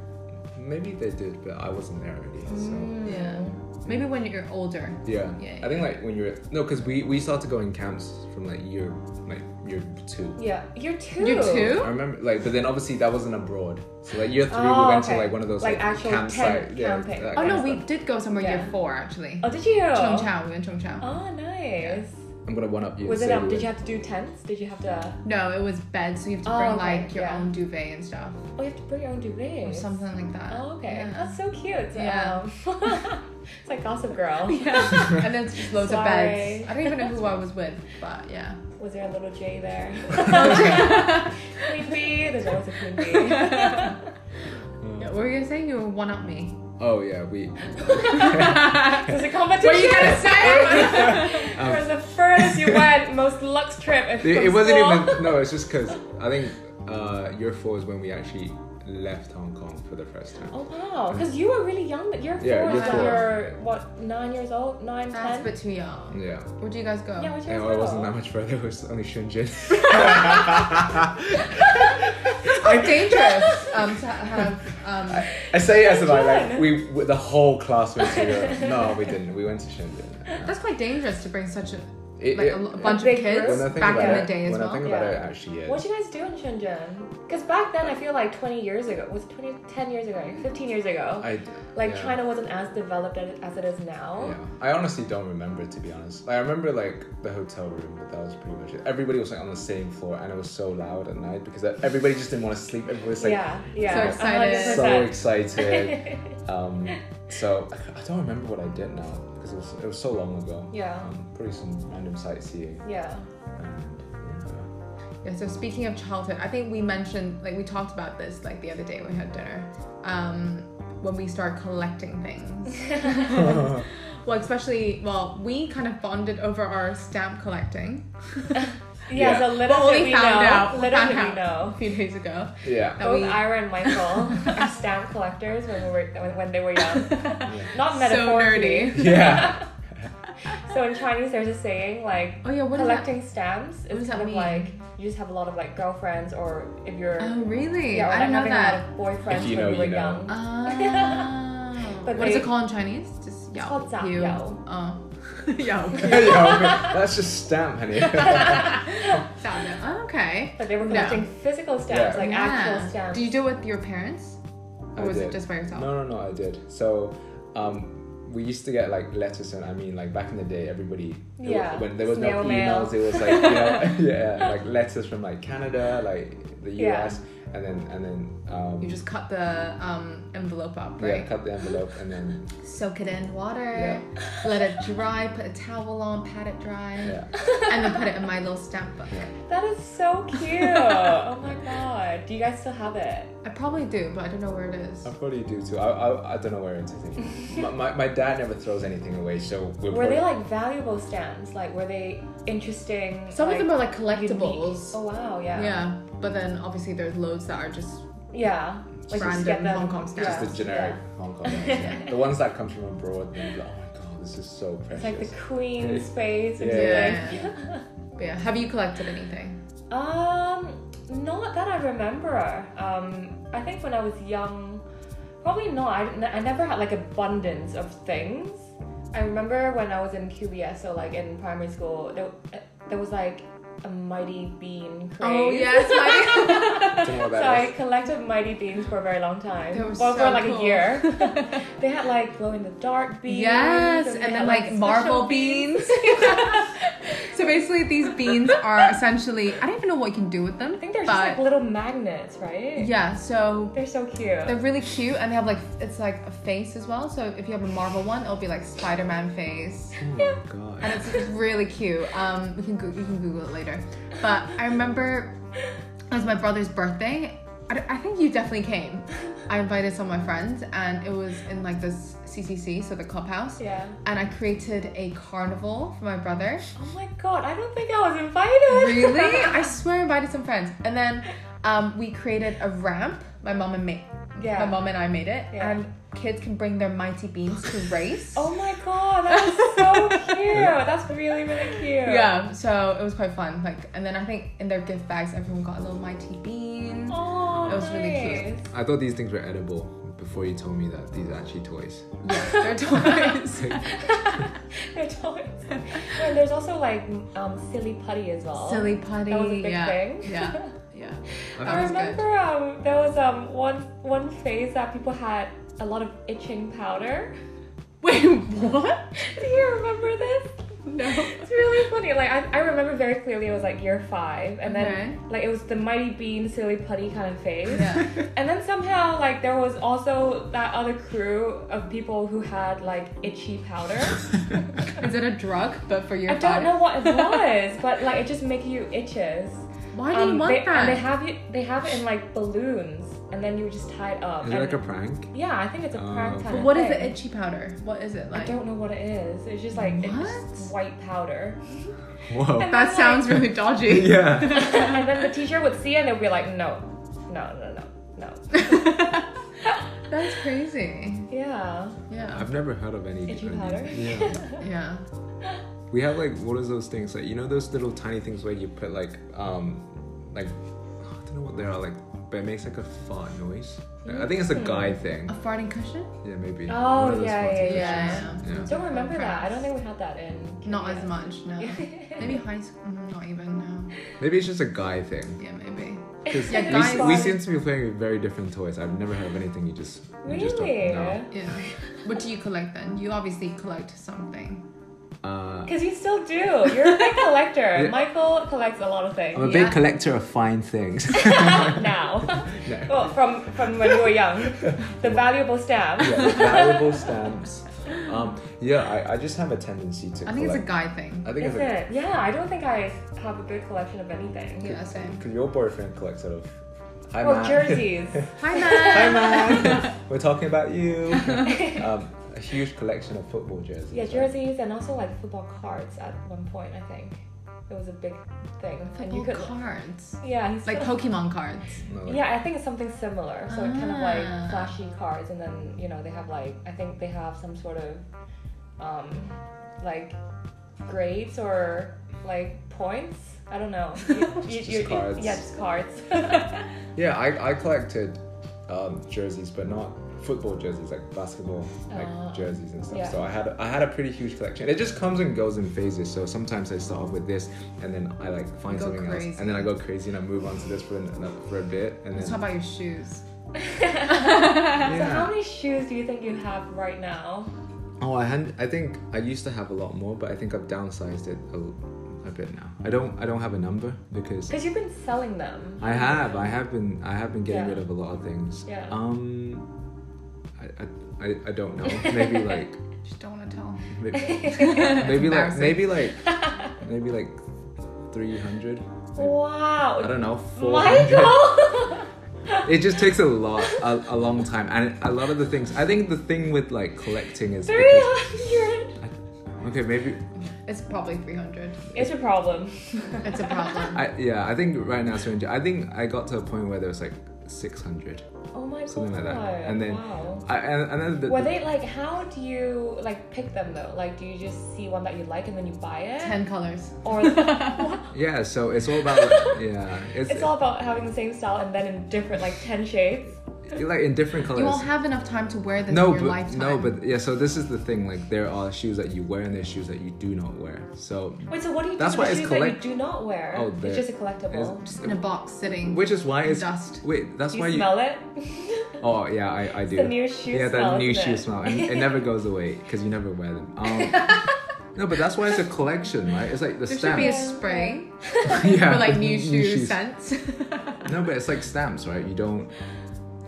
Speaker 2: Maybe they did, but I wasn't there already. So.
Speaker 3: Mm.
Speaker 1: Yeah. Maybe when you're older.
Speaker 2: Yeah.
Speaker 1: Yeah,
Speaker 2: I think like when you're no, because we we started going camps from like year like year two.
Speaker 3: yeah. You're two.
Speaker 1: You're two.
Speaker 2: I remember like, but then obviously that wasn't abroad. So like year three, we
Speaker 3: Oh,
Speaker 2: went to
Speaker 3: okay.
Speaker 2: like one of those
Speaker 3: Like
Speaker 2: like,
Speaker 3: actual
Speaker 2: campsite.
Speaker 3: tent
Speaker 2: Yeah,
Speaker 3: camping.
Speaker 2: that
Speaker 1: Oh
Speaker 2: kind
Speaker 1: no,
Speaker 2: of
Speaker 1: we
Speaker 2: stuff.
Speaker 1: did go somewhere year
Speaker 3: Yeah.
Speaker 1: four actually.
Speaker 3: Oh, did you?
Speaker 1: Chong Chao. We went Chong Chao.
Speaker 3: Oh, nice.
Speaker 2: I'm gonna one up you. and
Speaker 3: Was it
Speaker 2: say
Speaker 3: um?
Speaker 2: we
Speaker 3: Did you
Speaker 2: went-
Speaker 3: have to do tents? Did you have to?
Speaker 1: No, it was beds, so you have to
Speaker 3: Oh,
Speaker 1: bring
Speaker 3: okay,
Speaker 1: like your
Speaker 3: yeah.
Speaker 1: own duvet and stuff,
Speaker 3: Oh, you have to bring your own
Speaker 1: or
Speaker 3: duvet.
Speaker 1: something like that.
Speaker 3: Oh, okay.
Speaker 1: Yeah.
Speaker 3: That's so cute.
Speaker 1: Yeah.
Speaker 3: Um, it's like Gossip Girl.
Speaker 1: Yeah. and then it's just loads of
Speaker 3: Sorry.
Speaker 1: beds. I don't even know who I was with, but yeah.
Speaker 3: Was there a little J there? queen bee. There's always a queen bee.
Speaker 1: yeah, what were you saying? You were one up me.
Speaker 2: Oh yeah, we.
Speaker 3: There's a
Speaker 1: What are you
Speaker 3: competition.
Speaker 1: gonna say?
Speaker 3: For the furthest you went, most lux trip. It,
Speaker 2: Oh. It, it wasn't even no. It's just because I think uh, year four is when we actually left Hong Kong for the first time.
Speaker 3: Oh wow! Because you were really young. But you're
Speaker 2: Yeah,
Speaker 3: four.
Speaker 2: you're
Speaker 3: so
Speaker 1: four.
Speaker 3: You're what? Nine years old? Nine,
Speaker 1: That's a
Speaker 3: ten?
Speaker 1: bit too young.
Speaker 2: Yeah.
Speaker 1: Where do you guys go?
Speaker 3: yeah, which
Speaker 2: And
Speaker 3: is
Speaker 2: I wasn't that
Speaker 3: little.
Speaker 2: much further. It was only Shenzhen.
Speaker 1: Quite dangerous um, to have. Um,
Speaker 2: I say yes and I like
Speaker 3: Shenzhen.
Speaker 2: we w- the whole class went to Europe. No, we didn't. We went to Shenzhen.
Speaker 1: that's quite dangerous to bring such a
Speaker 2: It-
Speaker 1: like
Speaker 2: it-
Speaker 1: a, l- bunch
Speaker 3: big
Speaker 1: of kids
Speaker 2: when I think
Speaker 1: back
Speaker 2: about
Speaker 1: in
Speaker 2: it,
Speaker 1: the day as
Speaker 2: when
Speaker 1: well.
Speaker 2: I think about
Speaker 3: Yeah.
Speaker 2: it, it actually is.
Speaker 3: What did you guys do in Shenzhen? Because back then, I feel like 20 years ago, was it 20, 10 years ago, 15 years ago,
Speaker 2: I,
Speaker 3: like
Speaker 2: yeah.
Speaker 3: China wasn't as developed as as it is now.
Speaker 2: Yeah. I honestly don't remember to be honest. Like, I remember like the hotel room, but that was pretty much it. Everybody was like on the same floor, and it was so loud at night because everybody just didn't want to sleep. Everybody was like
Speaker 3: yeah, yeah.
Speaker 1: So
Speaker 3: I'm
Speaker 1: excited.
Speaker 2: so
Speaker 3: 100%.
Speaker 2: excited. Um, so I don't remember what I did now because it was it was so long ago.
Speaker 3: yeah,
Speaker 2: Um, pretty some random sightseeing.
Speaker 3: yeah.
Speaker 2: And, uh, yeah.
Speaker 1: Yeah, so speaking of childhood, I think we mentioned, like, we talked about this, like, the other day when we had dinner. Um, when we start collecting things. well, especially, well, we kind of bonded over our stamp collecting
Speaker 3: Yeah,
Speaker 2: Yeah.
Speaker 3: so little
Speaker 1: But
Speaker 3: did
Speaker 1: only
Speaker 3: we
Speaker 1: found
Speaker 3: know,
Speaker 1: out-
Speaker 3: little
Speaker 1: found
Speaker 3: did
Speaker 1: out.
Speaker 3: we know.
Speaker 1: a few days ago.
Speaker 2: yeah.
Speaker 1: That
Speaker 3: Both
Speaker 1: we-
Speaker 3: Ira and Michael are stamp collectors when we were when, when they were young. Not
Speaker 1: so
Speaker 3: metaphorically.
Speaker 1: nerdy.
Speaker 2: Yeah.
Speaker 3: So, in Chinese, there's a saying like
Speaker 1: Oh, yeah, what is that?
Speaker 3: collecting stamps
Speaker 1: does
Speaker 3: is
Speaker 1: that
Speaker 3: kind of
Speaker 1: mean?
Speaker 3: like you just have a lot of like girlfriends or if you're
Speaker 1: Oh, really?
Speaker 3: yeah,
Speaker 1: I
Speaker 3: or like
Speaker 1: don't know
Speaker 3: having
Speaker 1: that.
Speaker 3: a lot of boyfriends
Speaker 2: If you
Speaker 3: when
Speaker 2: know,
Speaker 3: you were
Speaker 2: you know.
Speaker 3: young.
Speaker 1: Ah.
Speaker 3: But
Speaker 1: what is
Speaker 3: they-
Speaker 1: it called in Chinese? Just yao.
Speaker 3: called zap
Speaker 1: you.
Speaker 3: yao.
Speaker 1: Oh. yeah. Okay.
Speaker 2: yeah, okay. that's just stamp, honey.
Speaker 1: Found it. Oh, okay.
Speaker 3: But they were
Speaker 1: No.
Speaker 3: collecting physical stamps,
Speaker 2: Yeah.
Speaker 3: like
Speaker 1: Yeah.
Speaker 3: actual stamps.
Speaker 1: Did you do it with your parents, or
Speaker 2: I
Speaker 1: was it
Speaker 2: did.
Speaker 1: just by yourself?
Speaker 2: No, no, no, I did. So, um, we used to get like letters, and I mean, like back in the day, everybody it
Speaker 3: Yeah,
Speaker 2: wa- when there was
Speaker 3: snail
Speaker 2: no
Speaker 3: mail.
Speaker 2: emails, it was like you know, yeah, like letters from like Canada, like the
Speaker 3: Yeah.
Speaker 2: US, and then and then um,
Speaker 1: You just cut the um, envelope up,
Speaker 2: yeah,
Speaker 1: right?
Speaker 2: cut the envelope, and then
Speaker 1: Soak it in water,
Speaker 2: yeah,
Speaker 1: let it dry, put a towel on, pat it dry,
Speaker 2: yeah,
Speaker 1: and then put it in my little stamp book.
Speaker 3: That is so cute. oh my god. Do you guys still have it?
Speaker 1: I probably do, but I don't know where it is.
Speaker 2: I probably do too. I I, I don't know where it's. I think. my, my my dad never throws anything away, so we're
Speaker 3: Were
Speaker 2: probably-
Speaker 3: they like valuable stamps? Like were they interesting?
Speaker 1: Some
Speaker 3: like,
Speaker 1: of them are like
Speaker 3: unique?
Speaker 1: collectibles.
Speaker 3: Oh wow, yeah.
Speaker 1: yeah. but then obviously there's loads that are just
Speaker 3: Yeah. Like you just get
Speaker 1: Random
Speaker 3: them.
Speaker 1: Hong Kong stamps.
Speaker 2: just the generic Hong Kong. ones, yeah. the ones that come from abroad. And you're like, oh my god, this is so
Speaker 3: It's
Speaker 2: precious.
Speaker 3: like the queen space and
Speaker 1: Yeah.
Speaker 3: you're like
Speaker 1: but yeah. Have you collected anything?
Speaker 3: Um, not that I remember. Um, I think when I was young, probably not. I, didn't- I never had like abundance of things. I remember when I was in QBS, so like in primary school, there, there was like a mighty bean craze.
Speaker 1: Oh yes, my-
Speaker 2: Don't know what
Speaker 3: So
Speaker 2: that
Speaker 3: I
Speaker 2: is.
Speaker 3: collected mighty beans for a very long time.
Speaker 1: They were
Speaker 3: well, for
Speaker 1: so
Speaker 3: like
Speaker 1: cool.
Speaker 3: a year. they had like glow in the dark beans.
Speaker 1: yes,
Speaker 3: they
Speaker 1: and,
Speaker 3: had,
Speaker 1: then like
Speaker 3: special
Speaker 1: marble beans. so basically, these beans are essentially I don't even know what you can do with them.
Speaker 3: I think they're just
Speaker 1: but
Speaker 3: like little magnets, right?
Speaker 1: yeah, so
Speaker 3: They're so cute.
Speaker 1: They're really cute and they have like it's like a face as well. So if you have a Marvel one, it'll be like Spider-Man face,
Speaker 2: Oh my god.
Speaker 1: and it's really cute. Um, we can go- you can Google it later. But I remember it was my brother's birthday. I, d- I think you definitely came. I invited some of my friends, and it was in like this CCC, so the clubhouse.
Speaker 3: yeah.
Speaker 1: And I created a carnival for my brother.
Speaker 3: Oh my god, I don't think I was invited.
Speaker 1: Really? I swear I invited some friends. And then um, we created a ramp. My mom and me.
Speaker 3: yeah.
Speaker 1: My mom and I made it,
Speaker 3: Yeah.
Speaker 1: and kids can bring their mighty beans to race.
Speaker 3: Oh my god, that is so cute. That's really, really cute.
Speaker 1: yeah. So it was quite fun. Like, and then I think in their gift bags, everyone got a little mighty bean.
Speaker 3: Oh,
Speaker 1: That was really
Speaker 3: nice.
Speaker 1: cute.
Speaker 2: I thought these things were edible before you told me that these are actually toys.
Speaker 1: Yeah,
Speaker 3: Oh.
Speaker 1: they're toys.
Speaker 3: They're toys. and there's also like um, silly putty as well.
Speaker 1: Silly putty.
Speaker 3: Oh. That was a big
Speaker 1: yeah.
Speaker 3: thing.
Speaker 1: Yeah. Yeah.
Speaker 3: I
Speaker 1: That was good.
Speaker 3: remember um, there was um, one one phase that people had a lot of itching powder.
Speaker 1: Wait, what?
Speaker 3: Do you remember this?
Speaker 1: No.
Speaker 3: It's really funny. Like I, I remember very clearly it was like year five, and then
Speaker 1: Okay.
Speaker 3: like it was the mighty bean silly putty kind of phase.
Speaker 1: Yeah.
Speaker 3: And then somehow, like, there was also that other crew of people who had, like, itchy powder.
Speaker 1: Is it a drug, but for your
Speaker 3: I don't know what it was, but, like, it just makes you itches. Um,
Speaker 1: Why do you want
Speaker 3: they,
Speaker 1: that?
Speaker 3: And they have, you, they have it in, like, balloons, and then you just tie it up.
Speaker 2: Is it
Speaker 3: and-
Speaker 2: like a prank?
Speaker 3: yeah, I think it's a
Speaker 2: Oh,
Speaker 3: prank
Speaker 2: okay.
Speaker 3: kind
Speaker 1: But
Speaker 3: of
Speaker 1: what is
Speaker 3: thing.
Speaker 1: the itchy powder? What is it
Speaker 3: I
Speaker 1: like?
Speaker 3: don't know what it is. It's just, like, it's just
Speaker 1: What?
Speaker 3: white powder.
Speaker 2: Whoa.
Speaker 3: And
Speaker 1: that
Speaker 3: then,
Speaker 1: sounds really dodgy.
Speaker 2: yeah.
Speaker 3: like- and then the teacher would see it, and they'd be like, no, no, no, no, no.
Speaker 1: That's crazy.
Speaker 3: Yeah.
Speaker 1: Yeah.
Speaker 2: I've never heard of any.
Speaker 3: Itchy
Speaker 2: of these.
Speaker 3: powder?
Speaker 2: Yeah.
Speaker 1: Yeah.
Speaker 2: We have like what is those things like you know those little tiny things where you put like um like I don't know what they are like but it makes like a fart noise. Like, I think it's a guy thing.
Speaker 1: A farting cushion?
Speaker 2: Yeah, maybe.
Speaker 3: Mm-hmm. Oh,
Speaker 2: One of those
Speaker 3: yeah,
Speaker 2: farting
Speaker 3: yeah,
Speaker 2: things.
Speaker 1: yeah.
Speaker 2: Yeah.
Speaker 3: Don't remember that. I don't think we had that in.
Speaker 1: Not as
Speaker 3: Korea.
Speaker 1: much, no. Maybe high school, not even, no.
Speaker 2: Maybe it's just a guy thing.
Speaker 1: Yeah, maybe.
Speaker 2: 'Cause
Speaker 1: Yeah,
Speaker 2: we-
Speaker 1: guys
Speaker 2: we,
Speaker 1: fart.
Speaker 2: seem to be playing with very different toys. I've never heard of anything you just you
Speaker 3: Really?
Speaker 2: just don't know.
Speaker 1: Yeah. What do you collect then? You obviously collect something.
Speaker 2: Uh,
Speaker 3: Because you still do. You're a big collector.
Speaker 2: Yeah.
Speaker 3: Michael collects a lot
Speaker 2: I'm
Speaker 3: of
Speaker 2: a
Speaker 3: things.
Speaker 1: Yeah.
Speaker 2: big collector of fine things.
Speaker 3: now.
Speaker 2: No.
Speaker 3: well, from, from when you were young. The valuable stamp.
Speaker 2: yeah, valuable stamps. Um, yeah, I, I just have a tendency to.
Speaker 1: I think it's a
Speaker 2: collect.
Speaker 1: guy thing.
Speaker 2: I think
Speaker 3: Is
Speaker 2: it's a.
Speaker 3: it? Yeah, I don't think I have a good collection of anything.
Speaker 1: Yeah, same.
Speaker 2: Because your boyfriend collects sort of. Hi,
Speaker 3: Oh,
Speaker 2: man.
Speaker 3: jerseys.
Speaker 1: Hi, man.
Speaker 2: Hi, man. We're talking about you. um, a huge collection of football jerseys.
Speaker 3: yeah,
Speaker 2: right?
Speaker 3: jerseys and also like football cards at one point, I think. It was a big thing. and you
Speaker 1: Football
Speaker 3: could.
Speaker 1: cards.
Speaker 3: Yeah, he's
Speaker 1: Like
Speaker 3: still-
Speaker 1: Pokemon cards.
Speaker 2: No, like-
Speaker 3: Yeah, I think it's something similar. So it's kind of like
Speaker 1: Ah.
Speaker 3: flashy cards, and then you know they have like I think they have some sort of um, like grades or like points. I don't know. You- you-
Speaker 2: Just
Speaker 3: you- you-
Speaker 2: cards.
Speaker 3: yeah, just cards.
Speaker 2: Yeah, I, I collected um, jerseys, but not football jerseys, like basketball like
Speaker 3: Ah.
Speaker 2: jerseys and stuff.
Speaker 3: Yeah.
Speaker 2: So I had I had a pretty huge collection. It just comes and goes in phases. So sometimes I start off with this, and then I like find
Speaker 1: Go
Speaker 2: something else,
Speaker 1: crazy.
Speaker 2: and then I go crazy and I move on to this for another, for a bit, and
Speaker 1: Let's
Speaker 2: then
Speaker 1: talk about your shoes.
Speaker 3: So
Speaker 2: Yeah.
Speaker 3: how many shoes do you think you have right now?
Speaker 2: Oh, I had. I think I used to have a lot more, but I think I've downsized it a, l- a bit now. I don't. I don't have a number because
Speaker 3: Because you've been selling them.
Speaker 2: I have. I have been. I have been getting
Speaker 3: Yeah.
Speaker 2: rid of a lot of things.
Speaker 3: Yeah.
Speaker 2: Um. I, I, I, I don't know. Maybe like
Speaker 1: Just don't want to tell.
Speaker 2: maybe,
Speaker 1: It's
Speaker 2: maybe like
Speaker 1: embarrassing.
Speaker 2: maybe like maybe like three hundred. I
Speaker 3: Wow.
Speaker 2: don't know. Four hundred.
Speaker 3: Michael.
Speaker 2: It just takes a lot, a, a long time, and a lot of the things. I think the thing with like collecting is because-
Speaker 3: 300.
Speaker 2: okay, maybe
Speaker 1: It's probably 300.
Speaker 3: It's a problem.
Speaker 1: It's a problem.
Speaker 2: I, yeah, I think right now, syringe. I think I got to a point where there was like 600,
Speaker 3: Oh my
Speaker 2: something
Speaker 3: god.
Speaker 2: like that, and then
Speaker 3: wow.
Speaker 2: I, and, and then the,
Speaker 3: Were they like? How do you like pick them though? Like, do you just see one that you like and then you buy it,
Speaker 1: 10 colors.
Speaker 3: or
Speaker 2: yeah. So it's all about like, yeah, it's,
Speaker 3: it's all about having the same style and then in different like ten shades?
Speaker 2: like in different colors.
Speaker 1: You won't have enough time to wear this
Speaker 2: no,
Speaker 1: in your
Speaker 2: but
Speaker 1: lifetime.
Speaker 2: no, but yeah. So this is the thing. Like there are shoes that you wear and there's shoes that you do not wear. So
Speaker 3: Wait, so what do you do
Speaker 2: That's
Speaker 3: with
Speaker 2: why
Speaker 3: the
Speaker 2: it's
Speaker 3: shoes
Speaker 2: collect-
Speaker 3: that you do not wear?
Speaker 2: Oh,
Speaker 3: it's
Speaker 2: they're-
Speaker 3: just a collectible.
Speaker 2: it's-
Speaker 1: Just in a box sitting.
Speaker 2: which is why it's
Speaker 1: dust.
Speaker 2: wait. That's
Speaker 3: do you
Speaker 2: why you.
Speaker 3: smell it?
Speaker 2: Oh yeah, I, I do.
Speaker 3: the new shoe
Speaker 2: yeah,
Speaker 3: smell,
Speaker 2: that new
Speaker 3: isn't
Speaker 2: shoe
Speaker 3: it?
Speaker 2: smell. And it never goes away because you never wear them. Um, no, but that's why it's a collection, right? It's like the
Speaker 1: there should
Speaker 2: stamp.
Speaker 1: be a spray
Speaker 2: yeah,
Speaker 1: for like
Speaker 2: the
Speaker 1: new, shoe
Speaker 2: shoes.
Speaker 1: scents.
Speaker 2: No, but it's like stamps, right? You don't,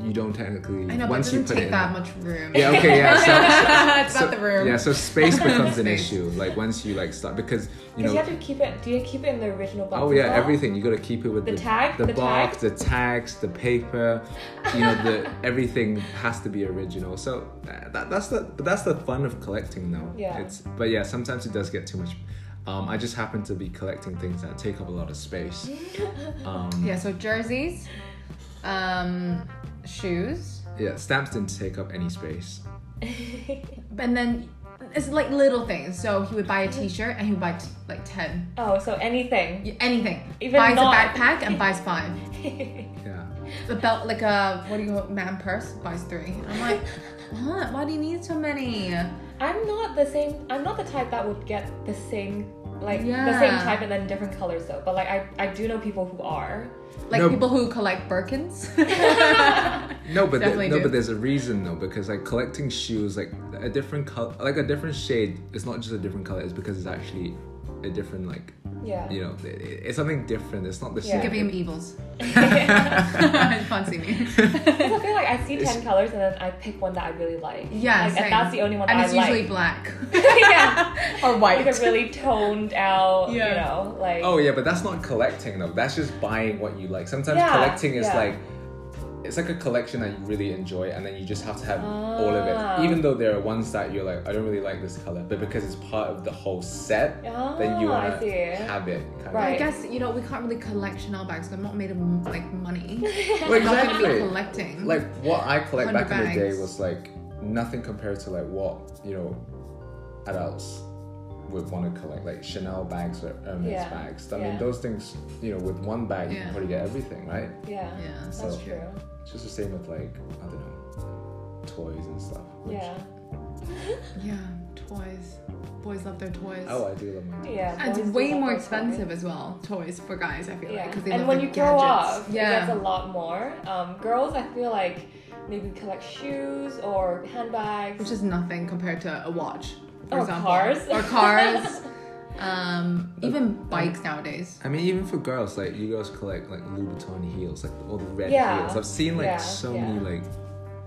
Speaker 2: you don't technically.
Speaker 1: I know, but it
Speaker 2: once you
Speaker 1: doesn't
Speaker 2: put it
Speaker 1: take
Speaker 2: in-
Speaker 1: that much room.
Speaker 2: Yeah. Okay. Yeah.
Speaker 1: it's
Speaker 2: So,
Speaker 1: not the room.
Speaker 2: Yeah. So space becomes an
Speaker 1: Space.
Speaker 2: issue. Like once you like start because you
Speaker 3: Because
Speaker 2: know.
Speaker 3: you have to keep it. Do you keep it in the original box?
Speaker 2: Oh
Speaker 3: as
Speaker 2: yeah,
Speaker 3: well?
Speaker 2: everything. You got to keep it with
Speaker 3: The tag,
Speaker 2: the,
Speaker 3: the
Speaker 2: box, the tags, the paper. You know, the everything has to be original. So uh, that, that's the but that's the fun of collecting, though.
Speaker 3: Yeah.
Speaker 2: It's but yeah, sometimes it does get too much. Um, I just happen to be collecting things that take up a lot of space. Um,
Speaker 1: Yeah, so jerseys, um, shoes,
Speaker 2: yeah, stamps didn't take up any space.
Speaker 1: and then it's like little things. So he would buy a T-shirt and he would buy t- like ten,
Speaker 3: Oh, so anything.
Speaker 1: Y- anything.
Speaker 3: Even
Speaker 1: buys
Speaker 3: not-
Speaker 1: a backpack and buys five.
Speaker 2: Yeah.
Speaker 1: A belt, like a what do you call it, man purse, buys three. I'm like, what? Why do you need so many?
Speaker 3: I'm not the same. I'm not the type that would get the same, like the
Speaker 1: Yeah.
Speaker 3: same type and then different colors though. But like I, I do know people who are.
Speaker 1: Like
Speaker 2: No.
Speaker 1: people who collect Birkins.
Speaker 2: No, but the-
Speaker 1: Definitely
Speaker 2: no,
Speaker 1: do.
Speaker 2: but there's a reason though because like collecting shoes, like a different color, like a different shade. It's not just a different color. It's because it's actually a different like
Speaker 3: Yeah.
Speaker 2: you know it, it- it's something different. It's not the
Speaker 3: Yeah.
Speaker 2: same.
Speaker 1: Giving him evils.
Speaker 2: yeah.
Speaker 1: Fancy me.
Speaker 3: 'Cause I feel like I see
Speaker 2: It's-
Speaker 3: ten colors and then I pick one that I really like.
Speaker 1: Yeah,
Speaker 3: Like,
Speaker 1: same.
Speaker 3: and that's the only one
Speaker 1: And
Speaker 3: that
Speaker 1: it's
Speaker 3: I
Speaker 1: usually
Speaker 3: like.
Speaker 1: black
Speaker 3: yeah.
Speaker 1: or
Speaker 3: Like a
Speaker 1: white.
Speaker 3: really toned out. You
Speaker 1: Yeah.
Speaker 3: know, like.
Speaker 2: Oh yeah, but that's not collecting though. That's just buying what you like. Sometimes
Speaker 3: Yeah,
Speaker 2: collecting is
Speaker 3: yeah.
Speaker 2: like it's like a collection that you really enjoy, and then you just have to have all of
Speaker 3: Ah.
Speaker 2: it. Even though there are ones that you're like, I don't really like this color, but because it's part of the whole set, then you
Speaker 3: Ah, I
Speaker 2: want
Speaker 3: see.
Speaker 2: to have it. Kind of.
Speaker 1: I
Speaker 3: Right.
Speaker 1: guess you know we can't really collect Chanel bags. They're not made of m- like money.
Speaker 2: Well,
Speaker 1: How can we
Speaker 2: exactly.
Speaker 1: collecting?
Speaker 2: like what I collect
Speaker 1: Wonder
Speaker 2: back in the day
Speaker 1: bags.
Speaker 2: was like nothing compared to like what you know adults would want to collect like Chanel bags or Hermes
Speaker 3: Yeah,
Speaker 2: bags. I mean
Speaker 3: yeah.
Speaker 2: those things you know with one bag you
Speaker 1: Yeah.
Speaker 2: can probably get everything right.
Speaker 3: Yeah.
Speaker 1: yeah.
Speaker 3: That's
Speaker 2: So-
Speaker 3: true.
Speaker 2: It's just the same with like I don't know toys and stuff. which-
Speaker 3: Yeah.
Speaker 1: Yeah, toys. Boys love their toys.
Speaker 2: Oh, I do love my toys.
Speaker 3: Yeah.
Speaker 1: and it's
Speaker 3: boys
Speaker 1: way
Speaker 3: do
Speaker 1: more
Speaker 3: love those colors.
Speaker 1: expensive as well. Toys for guys, I feel like,
Speaker 3: Yeah.
Speaker 1: because they
Speaker 3: and
Speaker 1: love
Speaker 3: when
Speaker 1: their
Speaker 3: you
Speaker 1: gadgets.
Speaker 3: grow up, it
Speaker 1: yeah,
Speaker 3: gets a lot more. Um, girls, I feel like maybe collect shoes or handbags.
Speaker 1: which is nothing compared to a watch, for
Speaker 3: Or
Speaker 1: example,
Speaker 3: cars.
Speaker 1: or cars, um, even bikes nowadays.
Speaker 2: I mean, even for girls, like you girls collect like Louboutin heels, like all the red
Speaker 3: Yeah.
Speaker 2: heels. I've seen like
Speaker 3: Yeah,
Speaker 2: so
Speaker 3: yeah.
Speaker 2: many like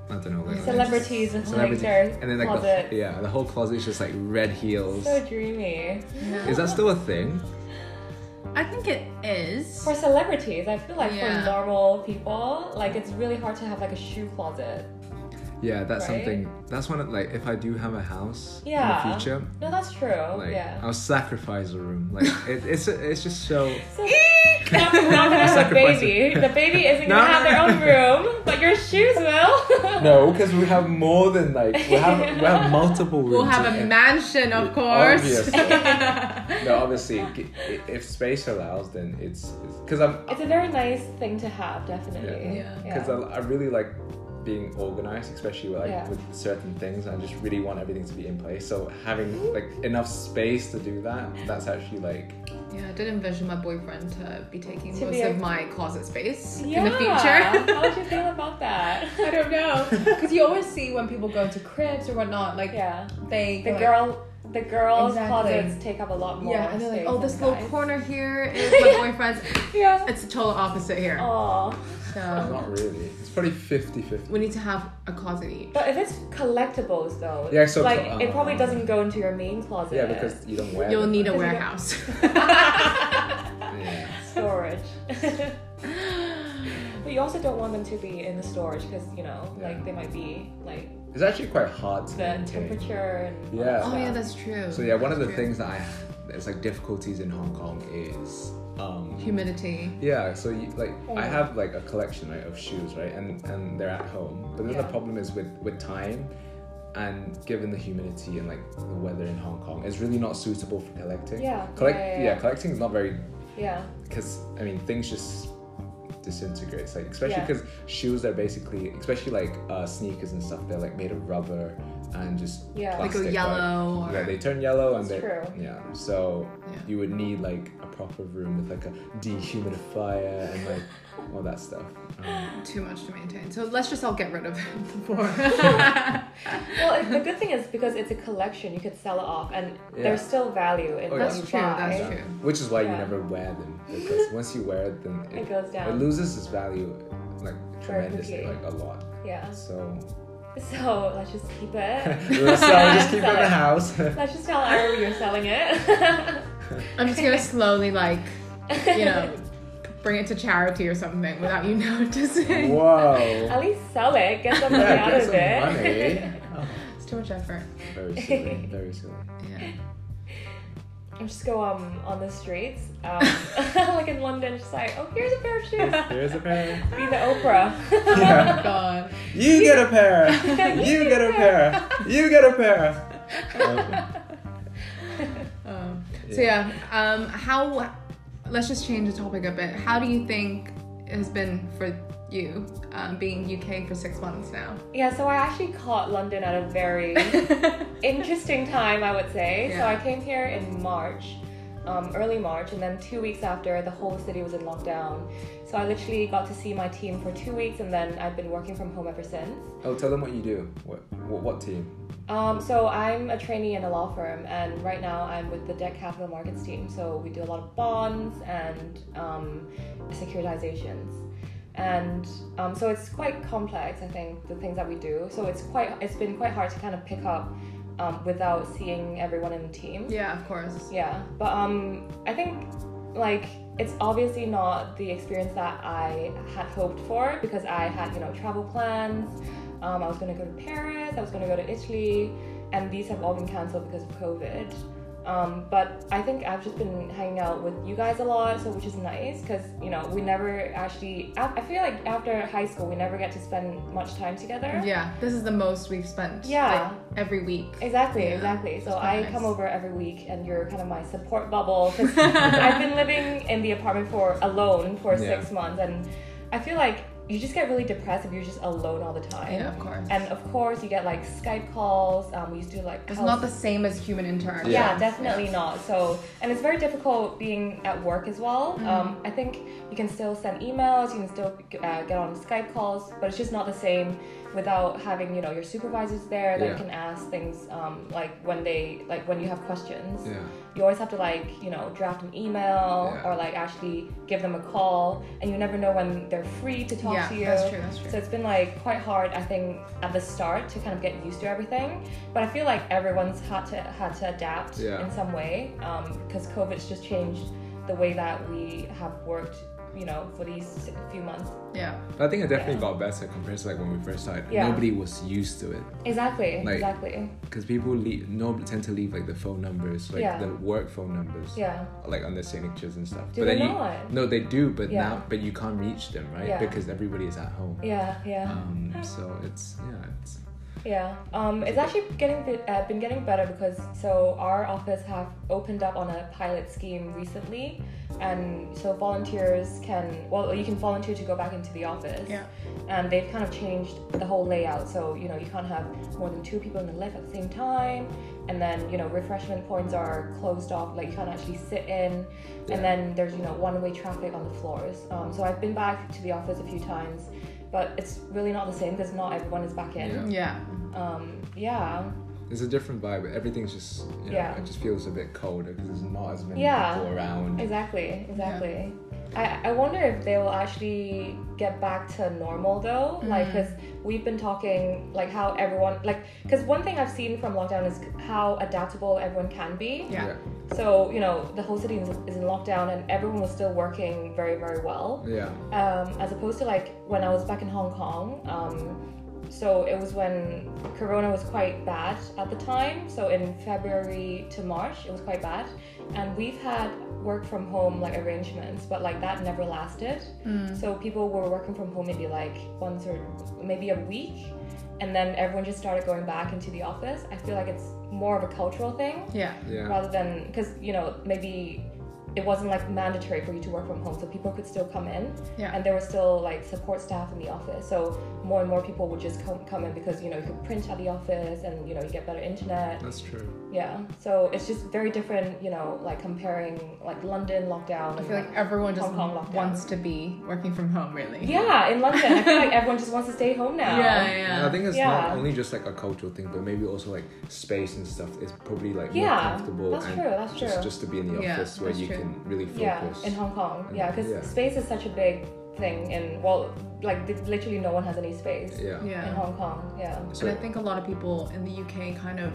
Speaker 2: I don't know like
Speaker 3: Celebrities and like
Speaker 2: celebrity-
Speaker 3: their
Speaker 2: and then like
Speaker 3: closet.
Speaker 2: the yeah the whole closet is just like red heels.
Speaker 3: So dreamy.
Speaker 2: Is that still a thing?
Speaker 1: I think it is.
Speaker 3: For celebrities, I feel like
Speaker 1: Yeah.
Speaker 3: for normal people, like it's really hard to have like a shoe closet.
Speaker 2: Yeah, that's
Speaker 3: Right?
Speaker 2: something. That's one of like if I do have a house in
Speaker 3: Yeah.
Speaker 2: the future,
Speaker 3: No, that's true.
Speaker 2: like um,
Speaker 3: yeah.
Speaker 2: I'll sacrifice a room. Like it, it's it's just so.
Speaker 3: So, now we're not gonna have a
Speaker 2: Sacrifice
Speaker 3: baby.
Speaker 2: it.
Speaker 3: The baby isn't
Speaker 2: No,
Speaker 3: gonna have
Speaker 2: no,
Speaker 3: their own
Speaker 2: no.
Speaker 3: room, but your shoes will.
Speaker 2: No, because we have more than like we have we have multiple rooms.
Speaker 1: We'll have
Speaker 2: in
Speaker 1: a
Speaker 2: it.
Speaker 1: mansion, of course.
Speaker 2: Obviously. no, obviously, g- i- if space allows, then it's because I'm
Speaker 3: It's a very nice thing to have, definitely.
Speaker 1: Yeah.
Speaker 2: um, because I, I really like being organized, especially with, like
Speaker 3: Yeah.
Speaker 2: with certain things. I just really want everything to be in place. So having like enough space to do that, that's actually like
Speaker 1: Yeah, I did envision my boyfriend to be taking
Speaker 3: To
Speaker 1: most
Speaker 3: be a-
Speaker 1: of my closet space
Speaker 3: yeah.
Speaker 1: in the future.
Speaker 3: How would you feel about that?
Speaker 1: I don't know, because you always see when people go to cribs or whatnot, like
Speaker 3: yeah.
Speaker 1: they
Speaker 3: The
Speaker 1: like-
Speaker 3: girl, the girls'
Speaker 1: Exactly.
Speaker 3: closets take up a lot more.
Speaker 1: Yeah, and they're like,
Speaker 3: space
Speaker 1: oh,
Speaker 3: than
Speaker 1: this little
Speaker 3: guys."
Speaker 1: corner here is my boyfriend's.
Speaker 3: Yeah.
Speaker 1: It's the total opposite here.
Speaker 3: Oh.
Speaker 1: So
Speaker 2: not really. It's probably 50-50.
Speaker 1: we need to have a closet each.
Speaker 3: But if it's collectibles though,
Speaker 2: Yeah, so-
Speaker 3: like
Speaker 2: uh,
Speaker 3: it probably doesn't go into your main closet.
Speaker 2: Yeah, because you don't wear.
Speaker 1: You'll
Speaker 2: them,
Speaker 1: need a
Speaker 2: right?
Speaker 3: Because you don't-
Speaker 1: warehouse.
Speaker 2: Yeah.
Speaker 3: storage. but you also don't want them to be in the storage because you know,
Speaker 2: Yeah.
Speaker 3: like they might be like
Speaker 2: It's actually quite hard to
Speaker 3: the
Speaker 2: maintain.
Speaker 3: temperature and
Speaker 2: Yeah.
Speaker 1: oh yeah, that's true.
Speaker 2: So yeah, one of the
Speaker 1: True.
Speaker 2: things that I it's like difficulties in Hong Kong is um,
Speaker 1: humidity.
Speaker 2: Yeah, so you, like I
Speaker 3: Yeah.
Speaker 2: have like a collection right of shoes right, and and they're at home. But then the
Speaker 3: Yeah.
Speaker 2: problem is with with time, and given the humidity and like the weather in Hong Kong, it's really not suitable for collecting.
Speaker 3: Yeah,
Speaker 2: collect
Speaker 3: yeah,
Speaker 2: yeah,
Speaker 3: yeah, yeah.
Speaker 2: collecting is not very
Speaker 3: yeah,
Speaker 2: because I mean things just disintegrate. Like especially
Speaker 3: Yeah.
Speaker 2: because shoes are basically especially like uh, sneakers and stuff. They're like made of rubber and just
Speaker 3: Yeah. They
Speaker 1: They
Speaker 2: plastic,
Speaker 1: go
Speaker 2: right?
Speaker 1: yellow. Or,
Speaker 2: Yeah, they turn yellow and
Speaker 3: That's
Speaker 2: they
Speaker 3: true.
Speaker 2: yeah. So
Speaker 1: Yeah.
Speaker 2: you would need like a proper room with like a dehumidifier and like all that stuff. Um,
Speaker 1: Too much to maintain. So let's just all get rid of it before.
Speaker 3: Well, it- the good thing is because it's a collection, you could sell it off, and
Speaker 2: Yeah.
Speaker 3: there's still value in
Speaker 2: Oh,
Speaker 3: what
Speaker 2: yeah.
Speaker 1: that's
Speaker 3: you
Speaker 1: true. That's
Speaker 3: buy.
Speaker 1: true.
Speaker 2: which is why you
Speaker 3: Yeah.
Speaker 2: never wear them because once you wear it, then
Speaker 3: It
Speaker 2: it,
Speaker 3: goes
Speaker 2: it
Speaker 3: down.
Speaker 2: loses its value like tremendously,
Speaker 3: quickly.
Speaker 2: like a lot.
Speaker 3: yeah.
Speaker 2: So
Speaker 3: So let's just keep it.
Speaker 2: so we just keep it in
Speaker 3: Sell
Speaker 2: the house.
Speaker 3: Let's just tell Ira you're selling it.
Speaker 1: I'm just gonna slowly like, you know, bring it to charity or something without you noticing.
Speaker 2: Whoa.
Speaker 3: At least sell it. Get some money
Speaker 2: Yeah,
Speaker 3: out
Speaker 2: get
Speaker 3: of
Speaker 2: some
Speaker 3: it.
Speaker 2: money. Oh,
Speaker 1: It's too much effort.
Speaker 2: very silly. Very silly.
Speaker 1: Yeah.
Speaker 3: i just go um on the streets, um, like in London, just like, oh, here's a pair of shoes.
Speaker 2: Here's a pair.
Speaker 3: Be the Oprah.
Speaker 2: Yeah.
Speaker 1: Oh, God.
Speaker 2: You get a pair. You get a pair. You get a pair. Um,
Speaker 1: Um, so yeah, um, how? Let's just change the topic a bit. How do you think it has been for you um, being UK for six months now?
Speaker 3: yeah, so I actually caught London at a very interesting time, I would say. So
Speaker 1: Yeah.
Speaker 3: I came here in March, um, early March, and then two weeks after, the whole city was in lockdown. So I literally got to see my team for two weeks, and then I've been working from home ever since.
Speaker 2: oh, tell them what you do. What what, what team?
Speaker 3: Um, so I'm a trainee in a law firm, and right now I'm with the debt capital markets team. So we do a lot of bonds and um, securitizations, and um, so it's quite complex. I think the things that we do. So it's quite it's been quite hard to kind of pick up um, without seeing everyone in the team.
Speaker 1: Yeah, of course.
Speaker 3: Yeah, but um, I think like it's obviously not the experience that I had hoped for because I had you know travel plans. Um, I was gonna go to Paris. I was gonna go to Italy, and these have all been cancelled because of COVID. Um, but I think I've just been hanging out with you guys a lot, so which is nice because you know we never actually. I, I feel like after high school we never get to spend much time together.
Speaker 1: Yeah, this is the most we've spent.
Speaker 3: Yeah.
Speaker 1: like, every week.
Speaker 3: Exactly,
Speaker 1: Yeah,
Speaker 3: exactly. So
Speaker 1: quite
Speaker 3: I
Speaker 1: nice.
Speaker 3: come over every week, and you're kind of my support bubble 'cause I've been living in the apartment for alone for
Speaker 2: Yeah.
Speaker 3: six months, and I feel like you just get really depressed if you're just alone all the time.
Speaker 1: Yeah, of course.
Speaker 3: And of course, you get like Skype calls. Um, we used to do like
Speaker 1: it's
Speaker 3: house-
Speaker 1: not the same as human interaction.
Speaker 3: yeah, definitely not. So, and it's very difficult being at work as well.
Speaker 1: Mm.
Speaker 3: Um, I think you can still send emails, you can still uh, get on Skype calls, but it's just not the same without having you know your supervisors there that
Speaker 2: Yeah.
Speaker 3: can ask things um, like when they like when you have questions.
Speaker 2: Yeah.
Speaker 3: You always have to like you know draft an email
Speaker 2: Yeah.
Speaker 3: or like actually give them a call, and you never know when they're free to talk
Speaker 1: Yeah,
Speaker 3: to you.
Speaker 1: that's true. That's true.
Speaker 3: So it's been like quite hard, I think, at the start to kind of get used to everything. But I feel like everyone's had to had to adapt
Speaker 2: Yeah.
Speaker 3: in some way because COVID's just changed the way that we have worked, you know, for these few months.
Speaker 1: yeah,
Speaker 2: I think it definitely
Speaker 3: Yeah.
Speaker 2: got better compared to like when we first started.
Speaker 3: Yeah.
Speaker 2: Nobody was used to it
Speaker 3: Exactly.
Speaker 2: Like-
Speaker 3: exactly.
Speaker 2: because people leave, no, tend to leave like the phone numbers, like
Speaker 3: Yeah.
Speaker 2: the work phone numbers,
Speaker 3: Yeah.
Speaker 2: like on their signatures and stuff.
Speaker 3: Do
Speaker 2: but
Speaker 3: they
Speaker 2: then you,
Speaker 3: not?
Speaker 2: no, they do, but
Speaker 3: Yeah.
Speaker 2: now but you can't reach them, right?
Speaker 3: Yeah.
Speaker 2: Because everybody is at home.
Speaker 3: Yeah. Yeah.
Speaker 2: Um, so it's yeah, it's
Speaker 3: Yeah, um, it's actually getting bit- uh, been getting better because so our office have opened up on a pilot scheme recently, and so volunteers can well you can volunteer to go back into the office.
Speaker 1: Yeah.
Speaker 3: And they've kind of changed the whole layout, so you know you can't have more than two people in the lift at the same time, and then you know refreshment points are closed off, like you can't actually sit in,
Speaker 2: Yeah.
Speaker 3: and then there's you know one-way traffic on the floors. Um, so I've been back to the office a few times. But it's really not the same because not everyone is back in
Speaker 2: Yeah.
Speaker 1: Yeah.
Speaker 3: um yeah
Speaker 2: It's a different vibe. Everything's just you know,
Speaker 3: Yeah.
Speaker 2: It just feels a bit colder because there's not as many
Speaker 3: Yeah.
Speaker 2: people around.
Speaker 3: exactly exactly I, I wonder if they will actually get back to normal though like because we've been talking like how everyone like because one thing i've seen from lockdown is how adaptable everyone can be
Speaker 1: Yeah.
Speaker 3: so you know the whole city is, is in lockdown and everyone was still working very very well
Speaker 2: Yeah. Yeah.
Speaker 3: um, as opposed to like when I was back in Hong Kong. Um, so it was when Corona was quite bad at the time. So in February to March, it was quite bad, and we've had work from home like arrangements, but like that never lasted. So people were working from home maybe like once or maybe a week, and then everyone just started going back into the office. I feel like it's more of a cultural thing
Speaker 1: Yeah.
Speaker 2: Yeah.
Speaker 3: rather than because you know maybe it wasn't like mandatory for you to work from home so people could still come in
Speaker 1: Yeah.
Speaker 3: and there were still like support staff in the office so more and more people would just come, come in because you know you could print at the office and you know you get better internet
Speaker 2: That's true.
Speaker 3: yeah so it's just very different you know like comparing like london lockdown
Speaker 1: I feel like everyone just
Speaker 3: Hong Kong lockdown.
Speaker 1: wants to be working from home, really.
Speaker 3: yeah in london i feel like everyone just wants to stay home now
Speaker 1: Yeah, yeah.
Speaker 2: I think it's
Speaker 3: Yeah.
Speaker 2: not only just like a cultural thing, but maybe also like space and stuff. It's probably like more
Speaker 3: Yeah,
Speaker 2: comfortable
Speaker 3: that's
Speaker 2: and
Speaker 3: true, that's
Speaker 2: just
Speaker 3: true.
Speaker 2: just to be in the
Speaker 1: Yeah,
Speaker 2: office where
Speaker 1: that's
Speaker 2: you
Speaker 1: true.
Speaker 2: can really
Speaker 3: Yeah,
Speaker 2: focus.
Speaker 3: in Hong Kong.
Speaker 2: And-
Speaker 3: Yeah, because
Speaker 2: yeah.
Speaker 3: space is such a big thing, and well, like th- literally no one has any space
Speaker 2: yeah.
Speaker 3: in
Speaker 1: Yeah.
Speaker 3: Hong Kong. Yeah.
Speaker 2: So
Speaker 1: And I think a lot of people in the UK kind of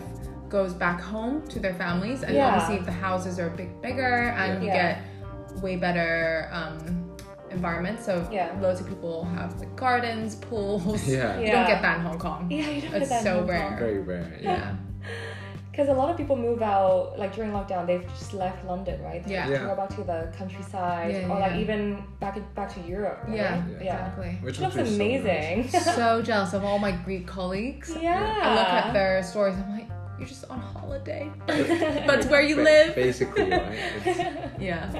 Speaker 1: goes back home to their families, and
Speaker 3: Yeah.
Speaker 1: obviously the houses are a bit bigger, and you
Speaker 3: Yeah.
Speaker 1: get way better um, environment. So
Speaker 3: Yeah.
Speaker 1: loads of people have like gardens, pools.
Speaker 2: yeah.
Speaker 1: You don't get that in Hong Kong.
Speaker 3: Yeah, you don't
Speaker 1: It's
Speaker 3: get that in
Speaker 1: so
Speaker 3: Hong
Speaker 1: rare.
Speaker 3: Kong.
Speaker 2: Very rare. Yeah.
Speaker 1: Yeah.
Speaker 3: Because a lot of people move out, like during lockdown, they've just left London, right? They
Speaker 1: Yeah.
Speaker 3: have to
Speaker 2: Yeah.
Speaker 3: Go back to the countryside,
Speaker 1: Yeah,
Speaker 3: or like
Speaker 1: yeah.
Speaker 3: even back in, back to Europe. Right?
Speaker 1: Yeah,
Speaker 2: Yeah.
Speaker 3: yeah.
Speaker 1: Exactly.
Speaker 2: Which
Speaker 3: It
Speaker 2: is
Speaker 3: looks
Speaker 2: just so nice.
Speaker 3: amazing.
Speaker 1: so jealous of all my Greek colleagues.
Speaker 3: yeah.
Speaker 1: I look at their stories. I'm like, you're just on holiday, but it's where you live.
Speaker 2: Basically, right? It's-
Speaker 1: yeah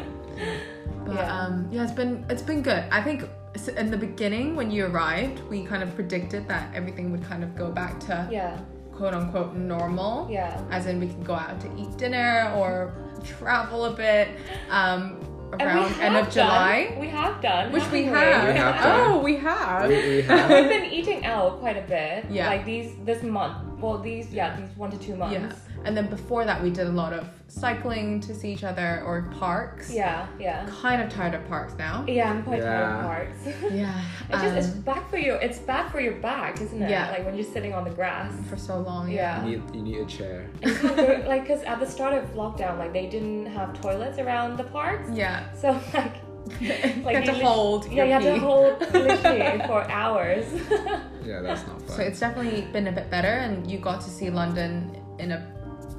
Speaker 1: but
Speaker 3: Yeah.
Speaker 1: um yeah it's been it's been good i think s- in the beginning when you arrived we kind of predicted that everything would kind of go back to
Speaker 3: yeah.
Speaker 1: quote unquote normal
Speaker 3: Yeah.
Speaker 1: as in we could go out to eat dinner or travel a bit um
Speaker 3: And we
Speaker 1: around
Speaker 3: have
Speaker 1: end of
Speaker 3: done-
Speaker 1: july
Speaker 3: We have done.
Speaker 1: which we
Speaker 3: haven't
Speaker 1: have,
Speaker 2: We have done.
Speaker 1: oh we have
Speaker 2: we, we have
Speaker 3: We've been eating out quite a bit.
Speaker 1: Yeah.
Speaker 3: Like these this month. Well, these yeah, these one to two
Speaker 1: yeah
Speaker 3: months.
Speaker 1: and then before that we did a lot of cycling to see each other or parks
Speaker 3: Yeah. Yeah.
Speaker 1: kind of tired of parks now
Speaker 3: Yeah. I'm quite tired of
Speaker 2: Yeah.
Speaker 3: parts.
Speaker 1: yeah
Speaker 3: It's just it's
Speaker 1: um,
Speaker 3: bad for you. It's bad for your back, isn't it?
Speaker 1: Yeah.
Speaker 3: Like when you're sitting on the grass.
Speaker 1: for so long
Speaker 3: Yeah.
Speaker 2: You need, you need a chair.
Speaker 3: There- like because at the start of lockdown like they didn't have toilets around the parks
Speaker 1: yeah
Speaker 3: so like
Speaker 1: you have to
Speaker 3: lit-
Speaker 1: hold.
Speaker 3: yeah
Speaker 1: your
Speaker 3: you had to
Speaker 1: pee.
Speaker 3: hold literally for hours
Speaker 2: Yeah, that's not fun.
Speaker 1: So it's definitely been a bit better, and you got to see London in a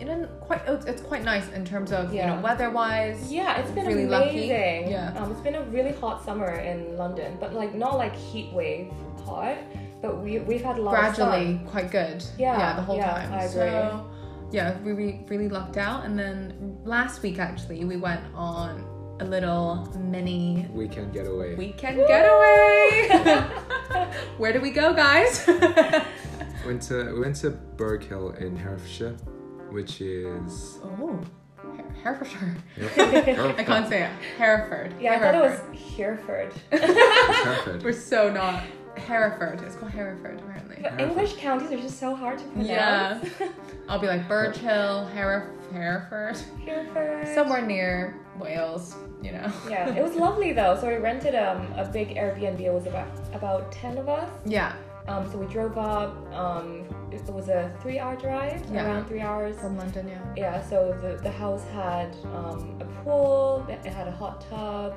Speaker 1: in a quite it's it's quite nice in terms of you
Speaker 3: Yeah.
Speaker 1: know weather wise.
Speaker 3: yeah it's been
Speaker 1: Really lucky.
Speaker 3: amazing
Speaker 1: Yeah.
Speaker 3: um, it's been a really hot summer in london but like not like heat wave hot but we, we've had a lot of sun.
Speaker 1: Gradually, quite good.
Speaker 3: Yeah,
Speaker 1: yeah, the whole
Speaker 3: yeah,
Speaker 1: time.
Speaker 3: I
Speaker 1: So yeah, we re- really lucked out. And then last week actually, we went on a little mini
Speaker 2: weekend getaway.
Speaker 1: weekend getaway. Where do we go, guys?
Speaker 2: went to we went to Burg Hill in Herefordshire, which is
Speaker 1: oh, Her- Herefordshire. I
Speaker 2: I
Speaker 1: can't say it. Hereford.
Speaker 3: Oh. yeah i
Speaker 1: Hereford.
Speaker 3: thought it was hereford
Speaker 1: We're so not Hereford. It's called Hereford, apparently.
Speaker 3: but english counties are just so hard to pronounce
Speaker 1: Yeah. I'll be like Birch Hill, Heref- Hereford,
Speaker 3: hereford
Speaker 1: somewhere near Wales. You know.
Speaker 3: yeah it was lovely though so we rented um, a big airbnb it was about about 10 of us
Speaker 1: Yeah,
Speaker 3: Um, so we drove up. Um, it it was a three-hour drive,
Speaker 1: Yeah.
Speaker 3: around three hours.
Speaker 1: from London. Yeah.
Speaker 3: Yeah. So the, the house had um, a pool. It it had a hot tub,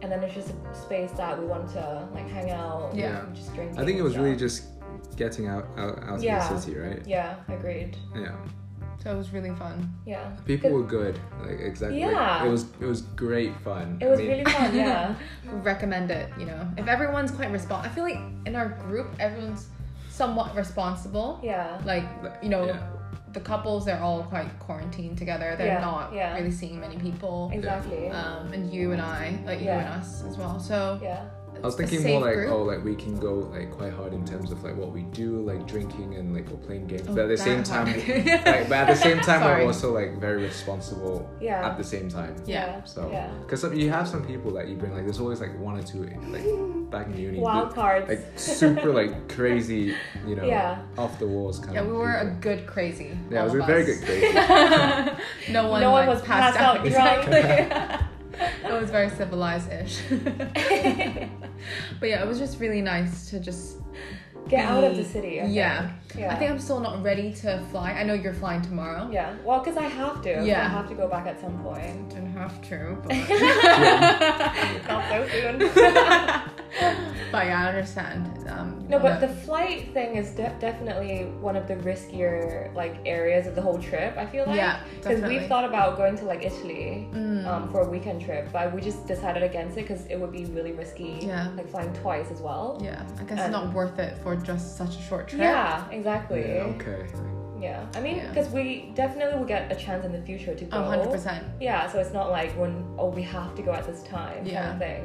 Speaker 3: and then it's just a space that we wanted to like hang out.
Speaker 1: Yeah.
Speaker 3: and Just drink.
Speaker 2: I think it was really
Speaker 3: and
Speaker 2: just getting out out, out of
Speaker 3: Yeah.
Speaker 2: the city, right?
Speaker 3: stuff. Yeah. Agreed.
Speaker 2: Yeah.
Speaker 1: So it was really fun.
Speaker 3: Yeah.
Speaker 2: People
Speaker 3: Good.
Speaker 2: were good. Like exactly.
Speaker 3: Yeah.
Speaker 2: It was it was great fun.
Speaker 3: It was
Speaker 2: I mean,
Speaker 3: really fun. Yeah.
Speaker 1: Recommend it. You know, if everyone's quite responsive, I feel like in our group, everyone's somewhat responsible.
Speaker 3: Yeah.
Speaker 1: Like you know,
Speaker 2: Yeah.
Speaker 1: the couples they're all quite quarantined together. They're
Speaker 3: Yeah,
Speaker 1: not
Speaker 3: yeah.
Speaker 1: really seeing many people.
Speaker 3: Exactly.
Speaker 1: Um, and you and I, like you
Speaker 3: Yeah.
Speaker 1: and us as well. So
Speaker 3: yeah.
Speaker 2: I was
Speaker 1: a
Speaker 2: thinking
Speaker 1: safe
Speaker 2: more like,
Speaker 1: group.
Speaker 2: oh, like we can go like quite hard in terms of like what we do, like drinking and like or playing games.
Speaker 1: Oh,
Speaker 2: but at the
Speaker 1: that
Speaker 2: same
Speaker 1: hard.
Speaker 2: time, like, but at the same time,
Speaker 1: Sorry.
Speaker 2: we're also like very responsible
Speaker 3: Yeah.
Speaker 2: at the same time.
Speaker 1: yeah.
Speaker 2: So,
Speaker 3: Yeah.
Speaker 2: because you have some people that you bring like there's always like one or two like back in uni,
Speaker 3: Wild
Speaker 2: that-
Speaker 3: cards.
Speaker 2: like super like crazy, you know,
Speaker 3: Yeah.
Speaker 2: off the walls kind
Speaker 1: yeah,
Speaker 2: of.
Speaker 1: we were a
Speaker 2: people.
Speaker 1: good crazy.
Speaker 2: yeah, it
Speaker 1: all
Speaker 2: was a
Speaker 1: of
Speaker 2: very
Speaker 1: us.
Speaker 2: good grade.
Speaker 1: no one,
Speaker 3: no one
Speaker 1: like,
Speaker 3: was passed out drunk.
Speaker 1: it was very civilized-ish. but yeah, it was just really nice to just
Speaker 3: Get out of the
Speaker 1: be-
Speaker 3: city. I
Speaker 1: Mm, yeah.
Speaker 3: Think.
Speaker 1: I
Speaker 3: Yeah.
Speaker 1: think I'm still not ready to fly. I know you're flying tomorrow.
Speaker 3: yeah. Well, because I have to.
Speaker 1: Yeah.
Speaker 3: I have to go back at some point.
Speaker 1: Don't have to, but,
Speaker 3: Not so soon.
Speaker 1: but yeah, I understand. Um,
Speaker 3: No, but
Speaker 1: the,
Speaker 3: the flight thing is de- definitely one of the riskier like areas of the whole trip. I feel like
Speaker 1: Yeah,
Speaker 3: because
Speaker 1: definitely. Mm, Mm-hmm.
Speaker 3: we've thought about going to like Italy um, for a weekend trip, but we just decided against it because it would be really risky.
Speaker 1: Yeah.
Speaker 3: like flying twice as well.
Speaker 1: yeah, I guess it's not worth it for just such a short trip.
Speaker 3: Yeah, exactly.
Speaker 2: Yeah,
Speaker 3: Yeah,
Speaker 2: okay.
Speaker 3: I mean,
Speaker 1: Yeah.
Speaker 3: because we definitely will get a chance in the future to go.
Speaker 1: Oh, 100%.
Speaker 3: Yeah, so it's not like when oh we have to go at this time kind
Speaker 1: Yeah.
Speaker 3: of thing.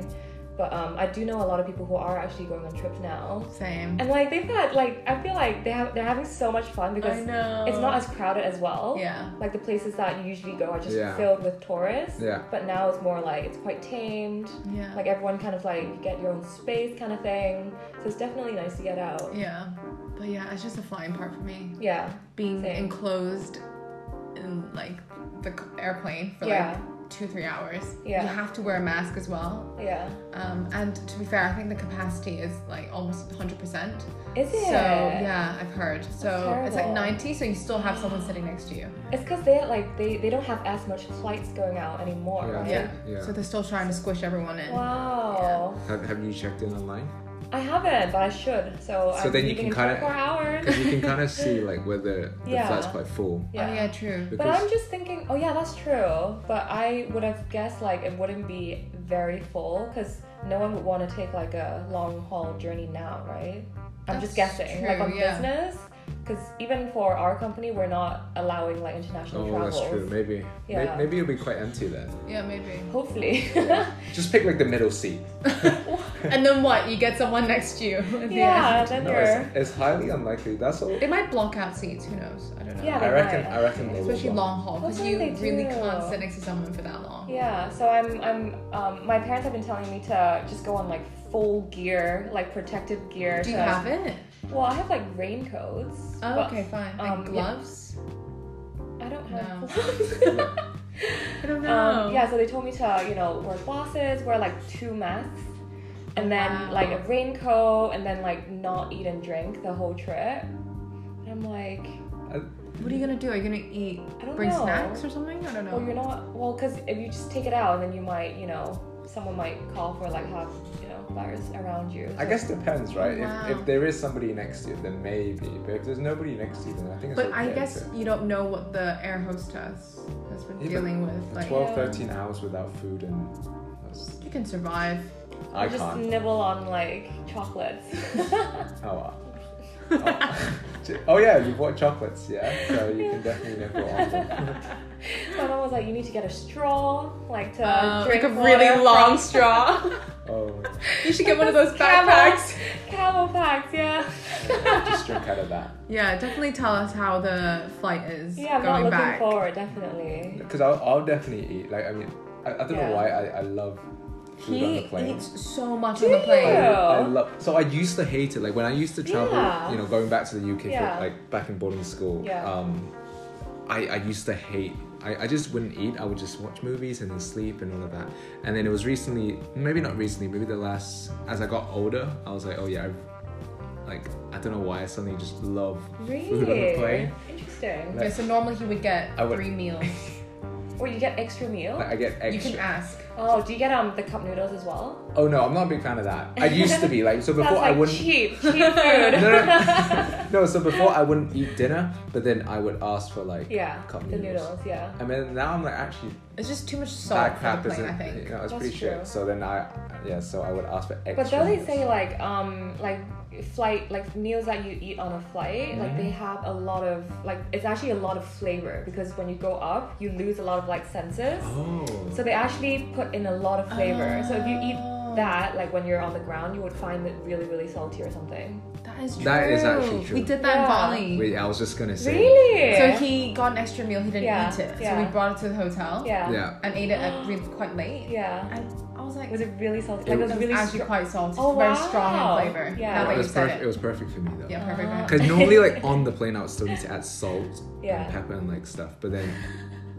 Speaker 3: But um, I do know a lot of people who are actually going on trips now.
Speaker 1: Same.
Speaker 3: And like they've had like I feel like they have they're having so much fun because
Speaker 1: know.
Speaker 3: it's not as crowded as well.
Speaker 1: Yeah.
Speaker 3: Like the places that you usually go are just
Speaker 2: Yeah.
Speaker 3: filled with tourists.
Speaker 2: Yeah.
Speaker 3: But now it's more like it's quite tamed.
Speaker 1: Yeah.
Speaker 3: Like everyone kind of like you get your own space kind of thing. So it's definitely nice to get out.
Speaker 1: yeah. But yeah, it's just a flying part for me.
Speaker 3: Yeah.
Speaker 1: Being
Speaker 3: Same.
Speaker 1: enclosed in like the c- airplane for
Speaker 3: Yeah.
Speaker 1: like two, three hours.
Speaker 3: Yeah.
Speaker 1: You have to wear a mask as well.
Speaker 3: Yeah.
Speaker 1: Um, and to be fair, I think the capacity is like almost 100%.
Speaker 3: Is it?
Speaker 1: So yeah, I've heard. So it's like
Speaker 3: terrible.
Speaker 1: 90, so you still have someone sitting next to you.
Speaker 3: It's because they like they, they don't have as much flights going out anymore,
Speaker 2: Yeah.
Speaker 3: right?
Speaker 1: Yeah.
Speaker 2: Yeah.
Speaker 1: So they're still trying to squish everyone in. Oh,
Speaker 3: Wow.
Speaker 2: Have, have you checked in online?
Speaker 3: I haven't, but I should. So,
Speaker 2: So
Speaker 3: I'm
Speaker 2: then you
Speaker 3: leaving
Speaker 2: can
Speaker 3: in
Speaker 2: kinda-
Speaker 3: 24 hours.
Speaker 2: Because you can kind of see like whether the
Speaker 3: Yeah.
Speaker 2: flat's quite full.
Speaker 1: Oh yeah, true.
Speaker 2: Because
Speaker 3: But I'm just thinking, oh yeah, that's true. But I would have guessed like it wouldn't be very full because no one would want to take like a long haul journey now, right? I'm just
Speaker 1: That's
Speaker 3: guessing,
Speaker 1: true,
Speaker 3: like on
Speaker 1: yeah.
Speaker 3: business, because even for our company, we're not allowing like international
Speaker 2: oh,
Speaker 3: travels.
Speaker 2: that's true. Maybe. May-
Speaker 3: Yeah.
Speaker 2: Maybe it'll be quite empty then.
Speaker 1: Yeah, maybe.
Speaker 3: Hopefully,
Speaker 2: Just pick like the middle seat.
Speaker 1: And then what? You get someone next to you. at the end.
Speaker 3: yeah, then
Speaker 2: No,
Speaker 3: you're.
Speaker 2: it's, it's highly unlikely. That's all.
Speaker 1: It might block out seats. Who knows? I don't know.
Speaker 3: Yeah,
Speaker 2: I
Speaker 3: they
Speaker 2: reckon.
Speaker 3: might,
Speaker 2: I reckon they will.
Speaker 1: Especially
Speaker 2: block.
Speaker 1: long haul, because
Speaker 3: That's
Speaker 1: you
Speaker 3: what they
Speaker 1: really
Speaker 3: do.
Speaker 1: can't sit next to someone for that long.
Speaker 3: Yeah, so I'm, I'm, um, my parents have been telling me to just go on like full gear, like protective gear.
Speaker 1: Do you
Speaker 3: to-
Speaker 1: have it?
Speaker 3: Well, I have like raincoats.
Speaker 1: Oh,
Speaker 3: but
Speaker 1: okay, fine. Like
Speaker 3: um, yeah.
Speaker 1: gloves?
Speaker 3: I don't
Speaker 1: No.
Speaker 3: have.
Speaker 1: I don't know.
Speaker 3: Um, yeah, so they told me to, you know, wear glasses, wear like two masks, and then
Speaker 1: Wow.
Speaker 3: like a raincoat, and then like not eat and drink the whole trip. And I'm like,
Speaker 1: What are you gonna do? Are you gonna eat?
Speaker 3: I don't
Speaker 1: Bring
Speaker 3: know.
Speaker 1: snacks or something? I don't know.
Speaker 3: Well, you're not. Well, because if you just take it out, then you might, you know, someone might cough or like have, you know, virus around you.
Speaker 2: I guess depends, right?
Speaker 1: Wow.
Speaker 2: If, if there is somebody next to you, then maybe. But if there's nobody next to you, then I think it's
Speaker 1: but
Speaker 2: okay.
Speaker 1: I guess
Speaker 2: to-
Speaker 1: you don't know what the air hostess has been
Speaker 2: Yeah, but
Speaker 1: dealing with. Like,
Speaker 2: 12,
Speaker 3: Yeah.
Speaker 2: 13 hours without food and. That's,
Speaker 1: you can survive.
Speaker 2: I
Speaker 3: just
Speaker 2: can't.
Speaker 3: nibble on like chocolates.
Speaker 2: Oh, wow. oh. oh yeah, you bought chocolates, yeah. So you can definitely nibble on them.
Speaker 3: My mom was like, you need to get a straw, like to
Speaker 1: Uh,
Speaker 3: drink
Speaker 1: like a
Speaker 3: water
Speaker 1: really
Speaker 3: from-
Speaker 1: long straw.
Speaker 2: Oh,
Speaker 1: you should get one of those
Speaker 3: Camel.
Speaker 1: backpacks.
Speaker 3: Camel packs, yeah.
Speaker 2: just drink out of that.
Speaker 1: Yeah, definitely tell us how the flight is
Speaker 3: Yeah, I'm not
Speaker 1: going
Speaker 3: looking
Speaker 1: back.
Speaker 3: forward, definitely.
Speaker 2: Because I'll, I'll definitely eat. Like I mean, I, I don't know
Speaker 3: Yeah.
Speaker 2: why I, I love food on the
Speaker 1: He
Speaker 2: plane.
Speaker 1: eats so much
Speaker 3: Do
Speaker 1: on the plane.
Speaker 2: I, I
Speaker 3: Ew.
Speaker 2: love. So I used to hate it. Like when I used to travel,
Speaker 3: Yeah.
Speaker 2: you know, going back to the UK,
Speaker 3: Yeah.
Speaker 2: for, like back in boarding school.
Speaker 3: Yeah.
Speaker 2: Um, I, I used to hate. I, I just wouldn't eat. I would just watch movies and then sleep and all of that. And then it was recently, maybe not recently, maybe the last as I got older, I was like, oh yeah, I've, like I don't know why I suddenly just love food on the
Speaker 3: Really?
Speaker 2: plane.
Speaker 3: Interesting.
Speaker 1: Yeah, so normally he would get
Speaker 2: I would-
Speaker 1: three meals.
Speaker 3: Or you get extra meal?
Speaker 2: Like I get
Speaker 1: You
Speaker 2: extra.
Speaker 1: can ask.
Speaker 3: Oh, do you get um the cup noodles as well?
Speaker 2: Oh no, I'm not a big fan of that. I used to be like so before
Speaker 3: That's like
Speaker 2: I wouldn't.
Speaker 3: cheap, cheap food.
Speaker 2: No, no, no. So before I wouldn't eat dinner, but then I would ask for like
Speaker 3: yeah,
Speaker 2: cup
Speaker 3: the
Speaker 2: noodles.
Speaker 3: noodles, yeah.
Speaker 2: And then now I'm like actually
Speaker 1: It's just too much salt
Speaker 2: that
Speaker 1: for the
Speaker 2: crap
Speaker 1: plane,
Speaker 2: isn't.
Speaker 1: I
Speaker 2: You
Speaker 1: think.
Speaker 2: know, it's
Speaker 3: That's
Speaker 2: pretty
Speaker 3: true.
Speaker 2: shit. So then I yeah, so I would ask for extra.
Speaker 3: But don't they
Speaker 2: noodles.
Speaker 3: say like um like flight like meals that you eat on a flight like they have a lot of like it's actually a lot of flavor because when you go up you lose a lot of like senses
Speaker 2: Oh.
Speaker 3: so they actually put in a lot of flavor so if you eat
Speaker 1: Oh.
Speaker 3: that like when you're on the ground you would find it really really salty or something
Speaker 1: That is true.
Speaker 2: That is actually true.
Speaker 1: We did that
Speaker 3: Yeah.
Speaker 1: in Bali.
Speaker 2: Wait, I was just gonna say.
Speaker 3: really
Speaker 1: So he got an extra meal. He didn't
Speaker 3: Yeah,
Speaker 1: eat it. So
Speaker 3: yeah.
Speaker 1: we brought it to the hotel
Speaker 3: yeah
Speaker 2: Yeah.
Speaker 1: and ate it at really quite late.
Speaker 3: yeah
Speaker 1: And I was like,
Speaker 3: was it really salty
Speaker 2: It
Speaker 3: like it was
Speaker 1: was
Speaker 3: really
Speaker 1: actually
Speaker 3: str-
Speaker 1: quite salty.
Speaker 3: Oh,
Speaker 1: very
Speaker 3: wow.
Speaker 1: strong in flavor.
Speaker 3: Yeah.
Speaker 1: Now
Speaker 2: it
Speaker 1: that you
Speaker 2: was
Speaker 1: said
Speaker 2: perfect. It
Speaker 1: it.
Speaker 2: was perfect for me though.
Speaker 1: Yeah, perfect.
Speaker 3: Ah.
Speaker 1: perfect.
Speaker 2: Because normally, like on the plane, I would still need to add salt
Speaker 3: Yeah.
Speaker 2: and pepper and like stuff. But then,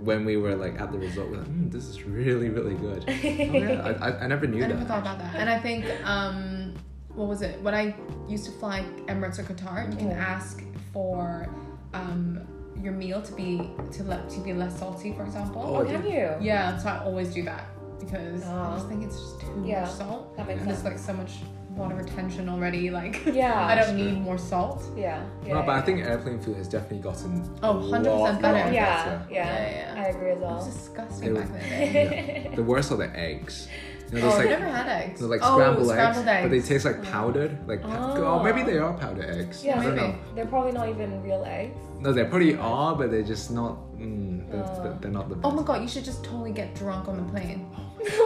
Speaker 2: when we were like at the resort, we're like, mm, this is really, really good. oh, yeah, I, I, I never knew
Speaker 1: I never
Speaker 2: that.
Speaker 1: thought about that. And I think, um, what was it? When I used to fly Emirates or Qatar, you can
Speaker 3: Mhm.
Speaker 1: ask for um, your meal to be to let to be less salty, for example.
Speaker 3: oh can you
Speaker 1: Yeah, so I always do that because I just
Speaker 3: Oh.
Speaker 1: think it's just too
Speaker 3: Yeah.
Speaker 1: much salt.
Speaker 3: that makes
Speaker 1: And there's
Speaker 3: sense
Speaker 1: like so much water retention already. Like,
Speaker 3: Yeah.
Speaker 1: I don't
Speaker 2: Sure.
Speaker 1: need more salt.
Speaker 3: yeah yeah
Speaker 2: no, but
Speaker 3: yeah.
Speaker 2: I think airplane food has definitely gotten
Speaker 1: Oh,
Speaker 2: a
Speaker 1: 100%
Speaker 2: lot,
Speaker 1: better.
Speaker 2: lot
Speaker 3: yeah, yeah,
Speaker 1: Yeah, yeah.
Speaker 3: I agree
Speaker 1: It was
Speaker 3: as well.
Speaker 1: disgusting
Speaker 2: It
Speaker 1: back in
Speaker 2: was-
Speaker 1: the day.
Speaker 2: Yeah. The worst are the eggs. You know,
Speaker 1: oh,
Speaker 2: those
Speaker 1: I've
Speaker 2: like,
Speaker 1: never had eggs.
Speaker 2: they're, like
Speaker 1: oh,
Speaker 2: scrambled,
Speaker 1: scrambled
Speaker 2: eggs, but they
Speaker 1: eggs. Mm.
Speaker 2: taste like powdered. Like, pa-
Speaker 3: Oh.
Speaker 2: oh, maybe they are powdered eggs.
Speaker 3: Yeah,
Speaker 2: I don't
Speaker 1: maybe.
Speaker 2: know.
Speaker 3: They're probably not even real eggs.
Speaker 2: No, they probably are, but they're just not. Mm, they're,
Speaker 3: Oh.
Speaker 2: they're not the
Speaker 1: Oh
Speaker 2: best.
Speaker 1: my god, you should just totally get drunk on the plane.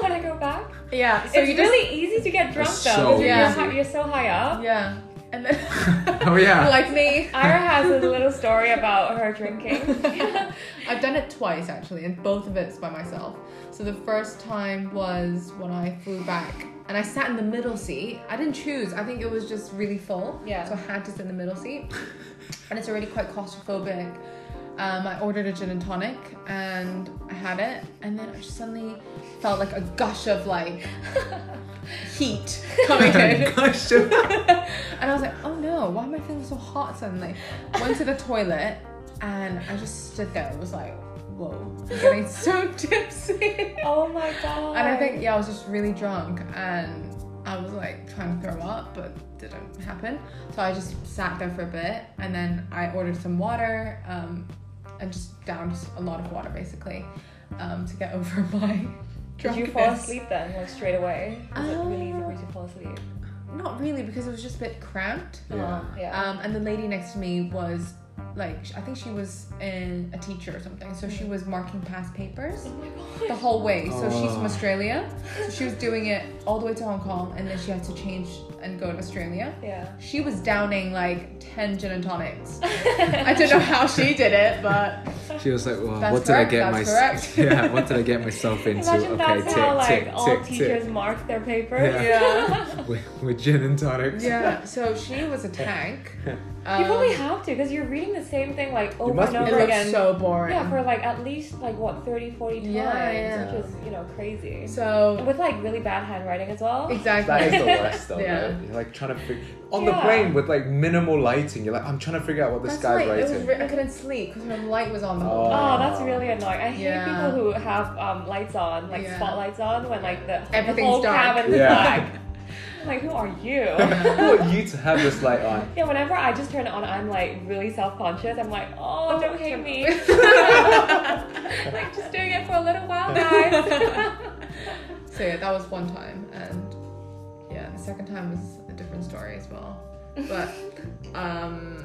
Speaker 3: when I go back,
Speaker 1: Yeah, so
Speaker 3: it's
Speaker 1: you just
Speaker 3: really easy to get drunk
Speaker 2: It's
Speaker 3: though.
Speaker 2: so
Speaker 3: because you're,
Speaker 1: Yeah.
Speaker 3: hi-
Speaker 2: easy.
Speaker 3: you're so high up.
Speaker 1: Yeah. And then
Speaker 2: Oh, yeah.
Speaker 1: like me.
Speaker 3: Ira has a little story about her drinking.
Speaker 1: I've done it twice actually, and both of it's by myself. So the first time was when I flew back and I sat in the middle seat. I didn't choose. I think it was just really full.
Speaker 3: Yeah.
Speaker 1: So I had to sit in the middle seat. and it's already quite claustrophobic. Um, I ordered a gin and tonic and I had it and then I just suddenly felt like a gush of like heat coming in.
Speaker 2: Gosh, you're-
Speaker 1: And I was like, oh no, why am I feeling so hot suddenly? Went to the toilet and I just stood there. It was like, whoa, I'm getting so tipsy.
Speaker 3: oh my god.
Speaker 1: And I think, yeah, I was just really drunk and I was like trying to throw up, but didn't happen. So I just sat there for a bit and then I ordered some water um, and just downed a lot of water basically um, to get over my
Speaker 3: Did
Speaker 1: drunkenness.
Speaker 3: you fall asleep then, like straight away? Was it really easy
Speaker 1: Uh,
Speaker 3: for you to fall asleep?
Speaker 1: Not really, because it was just a bit cramped.
Speaker 2: Yeah.
Speaker 3: Uh, yeah.
Speaker 1: Um, and the lady next to me was like, sh- I think she was in a teacher or something. So she was marking past papers
Speaker 3: oh my god.
Speaker 1: the whole way. So she's from
Speaker 2: Oh.
Speaker 1: Australia. So she was doing it all the way to Hong Kong and then she had to change and go to Australia.
Speaker 3: Yeah.
Speaker 1: She was downing like 10 gin and tonics. I don't know how she did it, but
Speaker 2: She was like, well,
Speaker 1: That's
Speaker 2: what did I
Speaker 1: correct,
Speaker 2: get
Speaker 1: that's
Speaker 2: myself?
Speaker 1: correct.
Speaker 2: yeah, what did I get myself into?
Speaker 3: Imagine
Speaker 2: okay,
Speaker 3: that's
Speaker 2: tick,
Speaker 3: how like
Speaker 2: tick,
Speaker 3: all
Speaker 2: tick,
Speaker 3: teachers
Speaker 2: tick.
Speaker 3: mark their paper.
Speaker 1: yeah.
Speaker 2: With, with gin and tonics.
Speaker 1: Yeah, so she was a tank. Um,
Speaker 3: You probably have to because you're reading the same thing like over
Speaker 2: must
Speaker 3: and
Speaker 2: be-
Speaker 1: it
Speaker 3: over
Speaker 1: looks
Speaker 3: again.
Speaker 1: so boring.
Speaker 3: yeah, for like at least like what 30, 40 times,
Speaker 1: Yeah, yeah.
Speaker 3: which is you know crazy.
Speaker 1: so,
Speaker 3: With like really bad handwriting as well.
Speaker 1: exactly.
Speaker 2: That is the worst though.
Speaker 1: Yeah.
Speaker 2: right? You're like trying to figure on the
Speaker 3: Yeah.
Speaker 2: plane with like minimal lighting. You're like, I'm trying to figure out what this
Speaker 1: That's
Speaker 2: guy's
Speaker 1: like, it was
Speaker 2: writing.
Speaker 1: ri- I couldn't sleep because my light was on the whole
Speaker 2: Oh.
Speaker 1: time.
Speaker 3: Oh, that's really annoying. I hate
Speaker 1: Yeah.
Speaker 3: people who have um, lights on, like
Speaker 1: Yeah.
Speaker 3: spotlights on, when like the, the
Speaker 1: Everything's
Speaker 3: whole
Speaker 1: dark.
Speaker 3: cabin is
Speaker 2: Yeah.
Speaker 3: black. I'm like, who are you?
Speaker 2: Who are you to have this light on?
Speaker 3: yeah, whenever I just turn it on, I'm like really self conscious. I'm like, oh, don't hate me. like, just doing it for a little while, guys.
Speaker 1: So yeah, that was one time, and yeah, the second time was a different story as well. But um,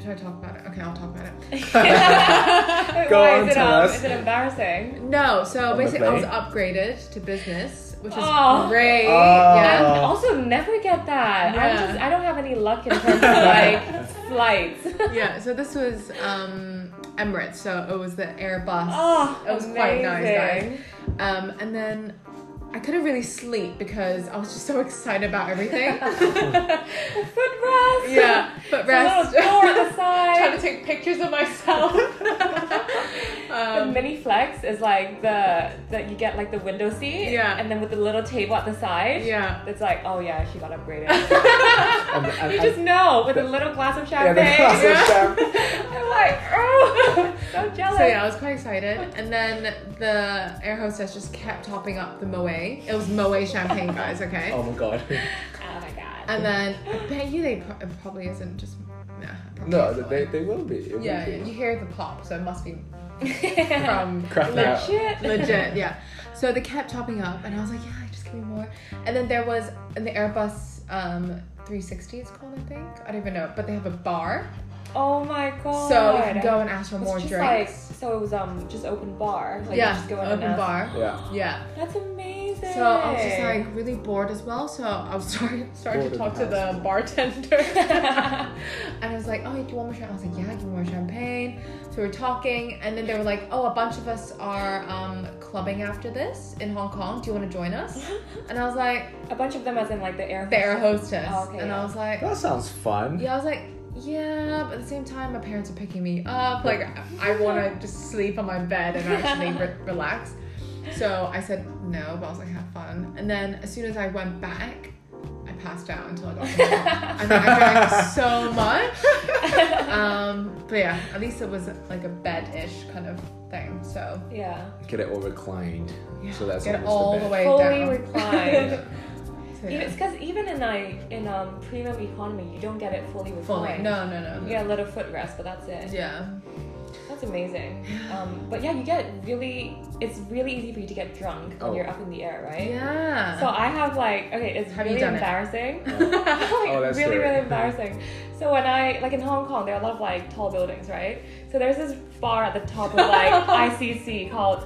Speaker 1: should I talk about it? Okay, I'll talk about it.
Speaker 3: Wait,
Speaker 2: Go
Speaker 3: why
Speaker 2: on,
Speaker 3: is it,
Speaker 2: tell
Speaker 3: um,
Speaker 2: us.
Speaker 3: Is it embarrassing?
Speaker 1: No, so
Speaker 2: On the
Speaker 1: basically, I was
Speaker 2: plane?
Speaker 1: upgraded to business, which is
Speaker 3: Oh.
Speaker 1: great.
Speaker 2: Oh.
Speaker 3: And
Speaker 1: Yeah.
Speaker 2: Oh.
Speaker 3: also, never get that. I'm
Speaker 1: Yeah.
Speaker 3: just, I don't have any luck in terms of like flights.
Speaker 1: yeah. So this was um, Emirates, so it was the Airbus.
Speaker 3: Oh,
Speaker 1: it was quite nice, guys.
Speaker 3: amazing.
Speaker 1: Um, and then I couldn't really sleep because I was just so excited about everything.
Speaker 3: Footrest.
Speaker 1: yeah, but rest.
Speaker 3: Rest. A little door on the side.
Speaker 1: trying to take pictures of myself.
Speaker 3: The
Speaker 1: um,
Speaker 3: mini flex is like the that you get like the window seat,
Speaker 1: Yeah.
Speaker 3: and then with the little table at the side.
Speaker 1: yeah.
Speaker 3: It's like, oh yeah, she got upgraded.
Speaker 2: And- and-
Speaker 3: you
Speaker 2: and-
Speaker 3: just know with a little glass of
Speaker 2: yeah,
Speaker 3: champagne.
Speaker 2: the class of champ.
Speaker 3: I'm like, oh, so jealous.
Speaker 1: So yeah, I was quite excited, and then the air hostess just kept topping up the moe. It was moe champagne, guys. Okay.
Speaker 2: Oh my god.
Speaker 3: Oh my god.
Speaker 1: And then I bet you they pro- it probably isn't just nah. probably
Speaker 2: No,
Speaker 1: isn't.
Speaker 2: they, they will be. It will
Speaker 1: Yeah,
Speaker 2: be.
Speaker 1: yeah, you hear the pop, so it must be from
Speaker 2: Crap
Speaker 1: leg-
Speaker 2: out.
Speaker 3: Legit.
Speaker 1: Um, legit, yeah. So they kept topping up, and I was like, yeah, just give me more. And then there was in the Airbus um, 360 it's called, I think. I don't even know, but they have a bar,
Speaker 3: Oh my god.
Speaker 1: so you can go and ask for
Speaker 3: It's
Speaker 1: more
Speaker 3: just
Speaker 1: drinks.
Speaker 3: like so it was um just open bar. Like you
Speaker 1: yeah,
Speaker 3: just go in and
Speaker 1: open
Speaker 3: ask.
Speaker 1: bar.
Speaker 2: Yeah.
Speaker 1: Yeah.
Speaker 3: That's amazing.
Speaker 1: So I was just like really bored as well. So I was starting starting to
Speaker 2: Bored
Speaker 1: talk
Speaker 2: of
Speaker 1: to
Speaker 2: house.
Speaker 1: the bartender, and I was like, "Oh, do you want more champagne?" I was like, "Yeah, give me more champagne." So we're talking, and then they were like, "Oh, a bunch of us are um, clubbing after this in Hong Kong. Do you want to join us?" And I was like,
Speaker 3: a bunch of them as in like the air
Speaker 1: "The air hostess,"
Speaker 3: Oh, okay,
Speaker 1: and
Speaker 3: yeah.
Speaker 1: I was like,
Speaker 2: That sounds fun.
Speaker 1: "Yeah," I was like. Yeah, but at the same time, my parents are picking me up. Like, I want to just sleep on my bed and actually re- relax. So I said no, but I was like, have fun. And then as soon as I went back, I passed out until I got home. I mean, I drank so much. Um, but yeah, at least it was like a bed-ish kind of thing. So
Speaker 3: yeah.
Speaker 2: Get it all reclined.
Speaker 1: yeah,
Speaker 2: So that's
Speaker 1: get
Speaker 2: almost
Speaker 1: all
Speaker 2: the
Speaker 1: the
Speaker 2: bed.
Speaker 1: way
Speaker 3: Fully
Speaker 1: down.
Speaker 3: reclined.
Speaker 1: So,
Speaker 3: Even- It's
Speaker 1: yeah.
Speaker 3: because even in I in um premium economy, you don't get it fully reclined.
Speaker 1: Fully. No, no, no.
Speaker 3: You
Speaker 1: Yeah.
Speaker 3: get a little footrest, but that's it.
Speaker 1: Yeah.
Speaker 3: That's amazing. Um, but yeah, you get really. It's really easy for you to get drunk when
Speaker 2: Oh.
Speaker 3: you're up in the air, right?
Speaker 1: Yeah.
Speaker 3: So I have like okay, it's
Speaker 1: Have you
Speaker 3: really
Speaker 1: done it?
Speaker 3: embarrassing.
Speaker 2: Oh,
Speaker 3: like,
Speaker 2: let's
Speaker 3: really,
Speaker 2: hear it.
Speaker 3: really embarrassing. So when I like in Hong Kong, there are a lot of like tall buildings, right? So there's this bar at the top of like ICC called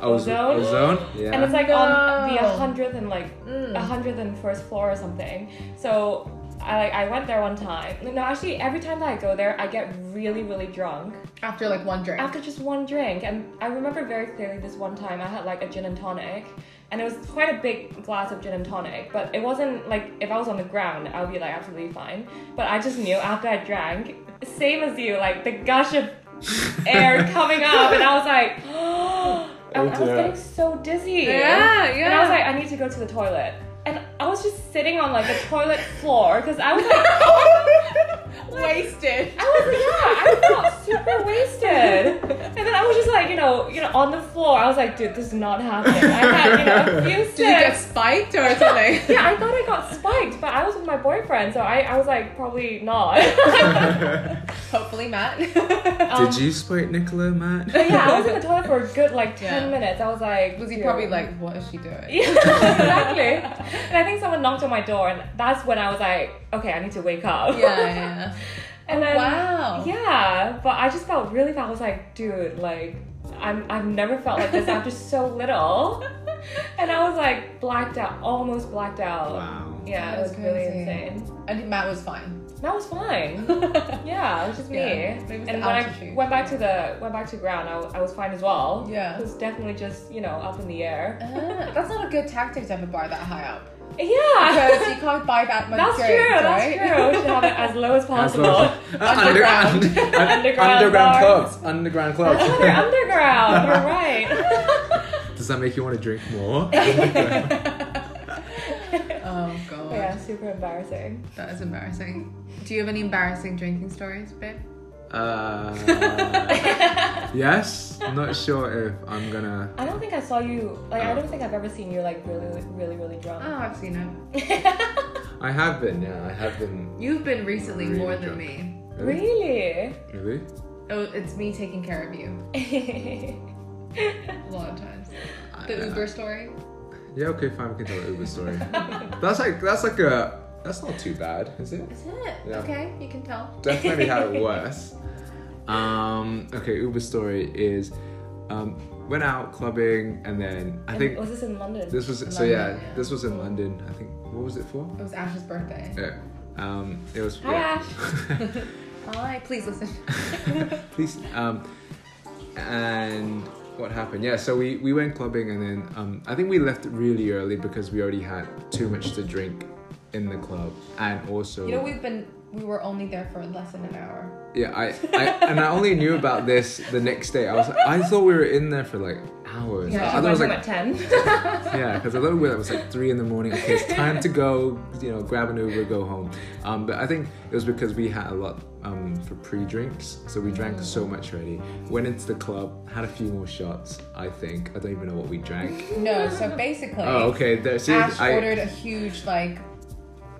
Speaker 2: Ozone.
Speaker 3: Ozone,
Speaker 2: Oh, Ozone. Yeah.
Speaker 3: and it's like on the
Speaker 1: No.
Speaker 3: hundredth and like
Speaker 1: Mm.
Speaker 3: a hundredth and first floor or something. So I like I went there one time. No, actually, every time that I go there, I get really, really drunk
Speaker 1: After like one drink.
Speaker 3: after just one drink and i remember very clearly this one time i had like a gin and tonic and it was quite a big glass of gin and tonic but it wasn't like if i was on the ground i would be like absolutely fine but i just knew after i drank same as you like the gush of air coming up and i was like I, I was
Speaker 2: dear.
Speaker 3: getting so dizzy
Speaker 1: Oh, Yeah,
Speaker 3: and i was
Speaker 1: yeah.
Speaker 3: like i need to go to the toilet and i was just sitting on like the toilet floor because i was like
Speaker 1: Wasted.
Speaker 3: I was yeah, I felt super wasted. And then I was just like, you know, you know, on the floor. I was like, dude, this is not happening. I had, you know, a few sips.
Speaker 1: Did you get spiked or something?
Speaker 3: yeah, I thought I got spiked, but I was with my boyfriend, so I, I was like, probably not. Um,
Speaker 1: Hopefully, Matt.
Speaker 2: Did you spike Nicola, Matt?
Speaker 3: But yeah, I was in the toilet for a good like ten
Speaker 1: Yeah.
Speaker 3: minutes. I was like,
Speaker 1: Was he
Speaker 3: dude.
Speaker 1: probably like, what is she doing?
Speaker 3: Yeah, exactly. And I think someone knocked on my door, and that's when I was like, okay, I need to wake up.
Speaker 1: Yeah, yeah.
Speaker 3: And then
Speaker 1: wow.
Speaker 3: Oh. Yeah, but I just felt really bad. I was like, dude, like, I'm, I've never felt like this after so little. And I was like blacked out, almost blacked out.
Speaker 2: Wow.
Speaker 3: Yeah, it was
Speaker 1: That's
Speaker 3: really
Speaker 1: crazy.
Speaker 3: insane.
Speaker 1: And Matt was fine.
Speaker 3: That was fine. Yeah, it was just me.
Speaker 1: Yeah, maybe it's
Speaker 3: and when
Speaker 1: the
Speaker 3: I
Speaker 1: altitude.
Speaker 3: went back to the went back to ground, I, wa- I was fine as well.
Speaker 1: Yeah.
Speaker 3: it was definitely just you know up in the air.
Speaker 1: Ah, that's not a good tactic to have a bar that high up. Because you
Speaker 3: Yeah,
Speaker 1: can't buy that much
Speaker 3: that's true.
Speaker 1: drinks,
Speaker 3: That's
Speaker 1: right?
Speaker 3: true. We should have it as low as
Speaker 2: As
Speaker 3: possible.
Speaker 2: well as-
Speaker 1: Underground.
Speaker 2: Underground.
Speaker 3: Underground
Speaker 2: Underground
Speaker 3: bars.
Speaker 2: clubs. Underground
Speaker 3: Oh, they're
Speaker 2: clubs.
Speaker 3: underground. You're right.
Speaker 2: Does that make you want to drink more?
Speaker 1: oh, God.
Speaker 3: yeah, super embarrassing.
Speaker 1: That is embarrassing. Do you have any embarrassing drinking stories, babe?
Speaker 2: Uh, yes. I'm not sure if I'm gonna.
Speaker 3: I don't think I saw you. Like, I don't think I've ever seen you like really, really, really
Speaker 1: Oh,
Speaker 3: drunk.
Speaker 1: I've seen it.
Speaker 2: I have been. Yeah, I have been.
Speaker 1: You've been recently
Speaker 2: Really
Speaker 1: more than
Speaker 2: drunk.
Speaker 1: me.
Speaker 3: really?
Speaker 2: Really?
Speaker 1: Oh, it's me taking care of you a lot of times. The
Speaker 2: I-
Speaker 1: Uber story?
Speaker 2: Yeah. Okay. Fine. We can tell the Uber story. that's like that's like a that's not too bad, is it?
Speaker 1: Is it?
Speaker 2: Yeah.
Speaker 1: Okay, you can tell.
Speaker 2: Definitely had it worse. Um. Okay. Uber story is, um, went out clubbing and then I
Speaker 3: And
Speaker 2: think
Speaker 3: was this in London?
Speaker 2: this was so
Speaker 1: London,
Speaker 2: yeah,
Speaker 1: yeah.
Speaker 2: This was in London. I think. What was it for?
Speaker 1: It was Ash's birthday.
Speaker 2: Yeah. Um. It was.
Speaker 3: Hi,
Speaker 2: yeah.
Speaker 1: Hi, please listen.
Speaker 2: Please. Um, and what happened? Yeah, so we, we went clubbing and then um, I think we left really early because we already had too much to drink in the club and also
Speaker 1: You know, we've been, we were only there for less than an hour.
Speaker 2: yeah I, I and I only knew about this the next day. I was like, I thought we were in there for like hours.
Speaker 1: Yeah,
Speaker 2: I
Speaker 3: I
Speaker 2: thought it was
Speaker 3: was
Speaker 2: like
Speaker 3: at ten.
Speaker 2: yeah, because I thought we were, it was like three in the morning. Okay, it's time to go. You know, grab an Uber, go home. Um, but I think it was because we had a lot um, for pre-drinks, so we drank
Speaker 1: Mm.
Speaker 2: so much already. Went into the club, had a few more shots. I think I don't even know what we drank.
Speaker 1: No, so basically,
Speaker 2: Oh, okay. There, see,
Speaker 1: Ash
Speaker 2: I,
Speaker 1: ordered a huge, like,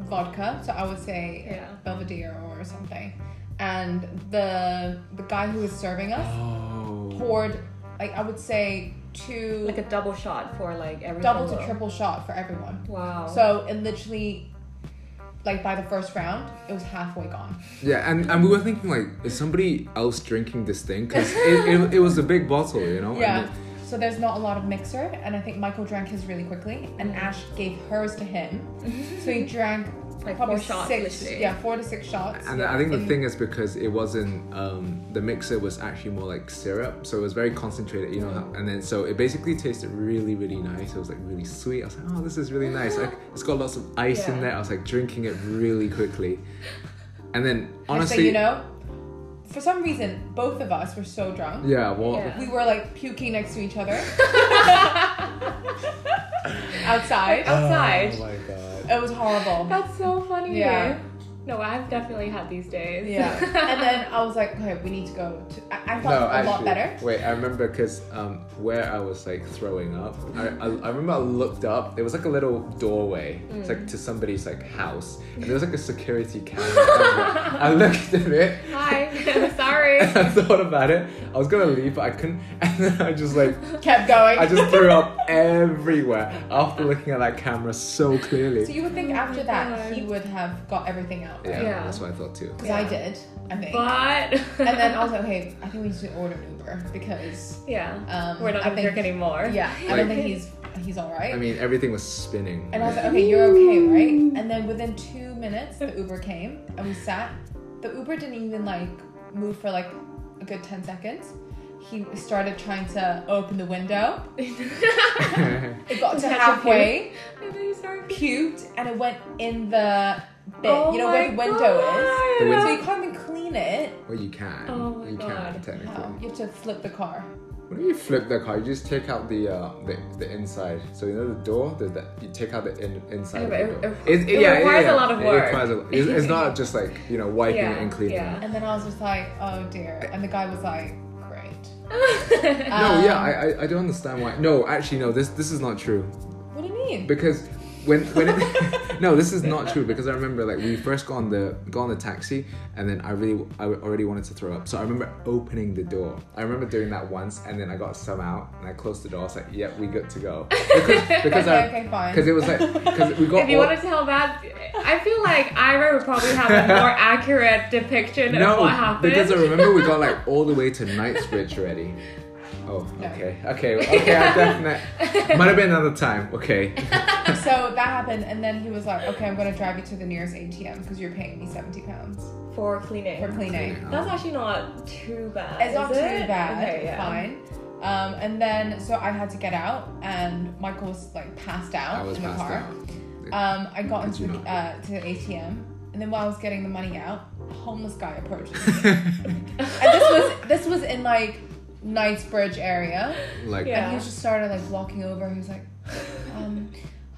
Speaker 1: vodka, so I would say
Speaker 3: Yeah.
Speaker 1: Belvedere or something. And the the guy who was serving us
Speaker 2: oh,
Speaker 1: poured, like, I would say two,
Speaker 3: like a double shot for like every
Speaker 1: double
Speaker 3: single-
Speaker 1: to triple shot for everyone.
Speaker 3: Wow.
Speaker 1: So it literally like by the first round, it was halfway gone.
Speaker 2: Yeah, and, and we were thinking like, is somebody else drinking this thing? Because it, it, it was a big bottle, you know. and
Speaker 1: Yeah.
Speaker 2: it-
Speaker 1: So there's not a lot of mixer, and I think Michael drank his really quickly, and
Speaker 4: Mm-hmm.
Speaker 1: Ash gave hers to him. so he drank
Speaker 4: Like
Speaker 1: probably
Speaker 4: four shots,
Speaker 1: six,
Speaker 4: literally.
Speaker 1: yeah, four to six shots.
Speaker 2: and I think the
Speaker 1: in-
Speaker 2: thing is because it wasn't um, the mixer was actually more like syrup, so it was very concentrated, you know. And then so it basically tasted really, really nice. It was like really sweet. I was like, oh, this is really nice. Like, it's got lots of ice in
Speaker 3: Yeah.
Speaker 2: there. I was like drinking it really quickly, and then honestly,
Speaker 1: so you know, for some reason, both of us were so drunk.
Speaker 2: yeah, well,
Speaker 4: Yeah.
Speaker 1: We were like puking next to each other outside.
Speaker 4: Outside.
Speaker 2: Oh my god.
Speaker 1: It was horrible.
Speaker 4: That's so funny.
Speaker 1: Yeah.
Speaker 4: No, I've definitely had these days.
Speaker 1: Yeah. And then I was like, okay, we need to go. To, I, I felt
Speaker 2: No,
Speaker 1: a
Speaker 2: actually,
Speaker 1: lot better.
Speaker 2: wait. I remember because um, where I was like throwing up, I, I, I remember I looked up. There was like a little doorway, it's
Speaker 1: Mm.
Speaker 2: like to somebody's like house, and there was like a security camera. I looked at it.
Speaker 4: Hi. I'm sorry.
Speaker 2: And I thought about it. I was gonna leave, but I couldn't. And then I just like,
Speaker 1: Kept going.
Speaker 2: I just threw up everywhere after looking at that camera so clearly.
Speaker 1: so you would think
Speaker 4: Oh my
Speaker 1: after that
Speaker 4: God.
Speaker 1: he would have got everything out.
Speaker 2: yeah,
Speaker 4: Yeah.
Speaker 2: that's what I thought too.
Speaker 1: Because I did, I think.
Speaker 4: But
Speaker 1: and then I was like, okay, I think we need to order an Uber because
Speaker 4: Yeah.
Speaker 1: um,
Speaker 3: We're not
Speaker 1: I
Speaker 3: gonna
Speaker 1: think,
Speaker 3: drink anymore.
Speaker 1: Yeah, I
Speaker 2: Like-
Speaker 1: don't think he's he's all right.
Speaker 2: I mean, everything was spinning.
Speaker 1: and I was like, okay, you're okay, right? And then within two minutes, the Uber came and we sat. The Uber didn't even like move for like a good ten seconds. He started trying to open the window. It got to
Speaker 4: Catch a
Speaker 1: halfway,
Speaker 4: And then you start
Speaker 1: puked, and it went in the bit.
Speaker 4: Oh
Speaker 1: you know where the
Speaker 4: my
Speaker 1: window is.
Speaker 4: God.
Speaker 2: The
Speaker 1: So
Speaker 2: window-
Speaker 1: you can't even clean it.
Speaker 2: well, you can.
Speaker 4: Oh my
Speaker 2: you can
Speaker 4: God.
Speaker 2: technically.
Speaker 1: No, you have to flip the car.
Speaker 2: When you flip the car, you just take out the uh, the, the inside. So you know the door, the, the you take out the in,
Speaker 4: Yeah,
Speaker 2: inside. of
Speaker 4: but
Speaker 2: the
Speaker 4: it-
Speaker 2: door.
Speaker 4: it- it requires a lot of
Speaker 2: It
Speaker 4: work.
Speaker 2: requires a, it's, it's not just like you know wiping
Speaker 4: Yeah,
Speaker 2: it and cleaning
Speaker 4: yeah.
Speaker 2: it.
Speaker 1: And then I was just like, oh dear. And the guy was like, great.
Speaker 4: yeah.
Speaker 2: No,
Speaker 1: Um,
Speaker 2: yeah, I, I I don't understand why. No, actually, no. This this is not true
Speaker 1: What do you mean?
Speaker 2: because when when it, no, this is not true because I remember like we first got on the got on the taxi and then I really I already wanted to throw up. So I remember opening the door. I remember doing that once and then I got some out and I closed the door. I was like, yep, we good to go because because
Speaker 1: okay,
Speaker 2: I.
Speaker 1: okay, fine.
Speaker 2: Because it was like, because we got.
Speaker 4: If you
Speaker 2: all-
Speaker 4: want to tell that, I feel like Ira would probably have a more accurate depiction of what happened.
Speaker 2: because I remember we got like all the way to Knightsbridge already. Oh,
Speaker 1: No.
Speaker 2: okay, okay, okay. I definitely might have been another time. Okay,
Speaker 1: so that happened, and then he was like, okay, I'm gonna drive you to the nearest ATM because you're paying me 70 pounds
Speaker 3: For cleaning.
Speaker 1: for cleaning.
Speaker 3: That's actually not too bad.
Speaker 1: It's not
Speaker 3: is
Speaker 1: too
Speaker 3: it?
Speaker 1: bad.
Speaker 3: Okay, yeah.
Speaker 1: Fine. Um, and then so I had to get out, and Michael was like passed
Speaker 2: I
Speaker 1: out
Speaker 2: was
Speaker 1: in the
Speaker 2: passed
Speaker 1: car.
Speaker 2: out.
Speaker 1: Um, I got
Speaker 2: Did
Speaker 1: into
Speaker 2: you
Speaker 1: the,
Speaker 2: not?
Speaker 1: uh, to the ATM, and then while I was getting the money out, a homeless guy approaches me. and this was this was in like Knightsbridge area,
Speaker 2: like,
Speaker 4: Yeah.
Speaker 1: and he was just started like walking over. He was like, um,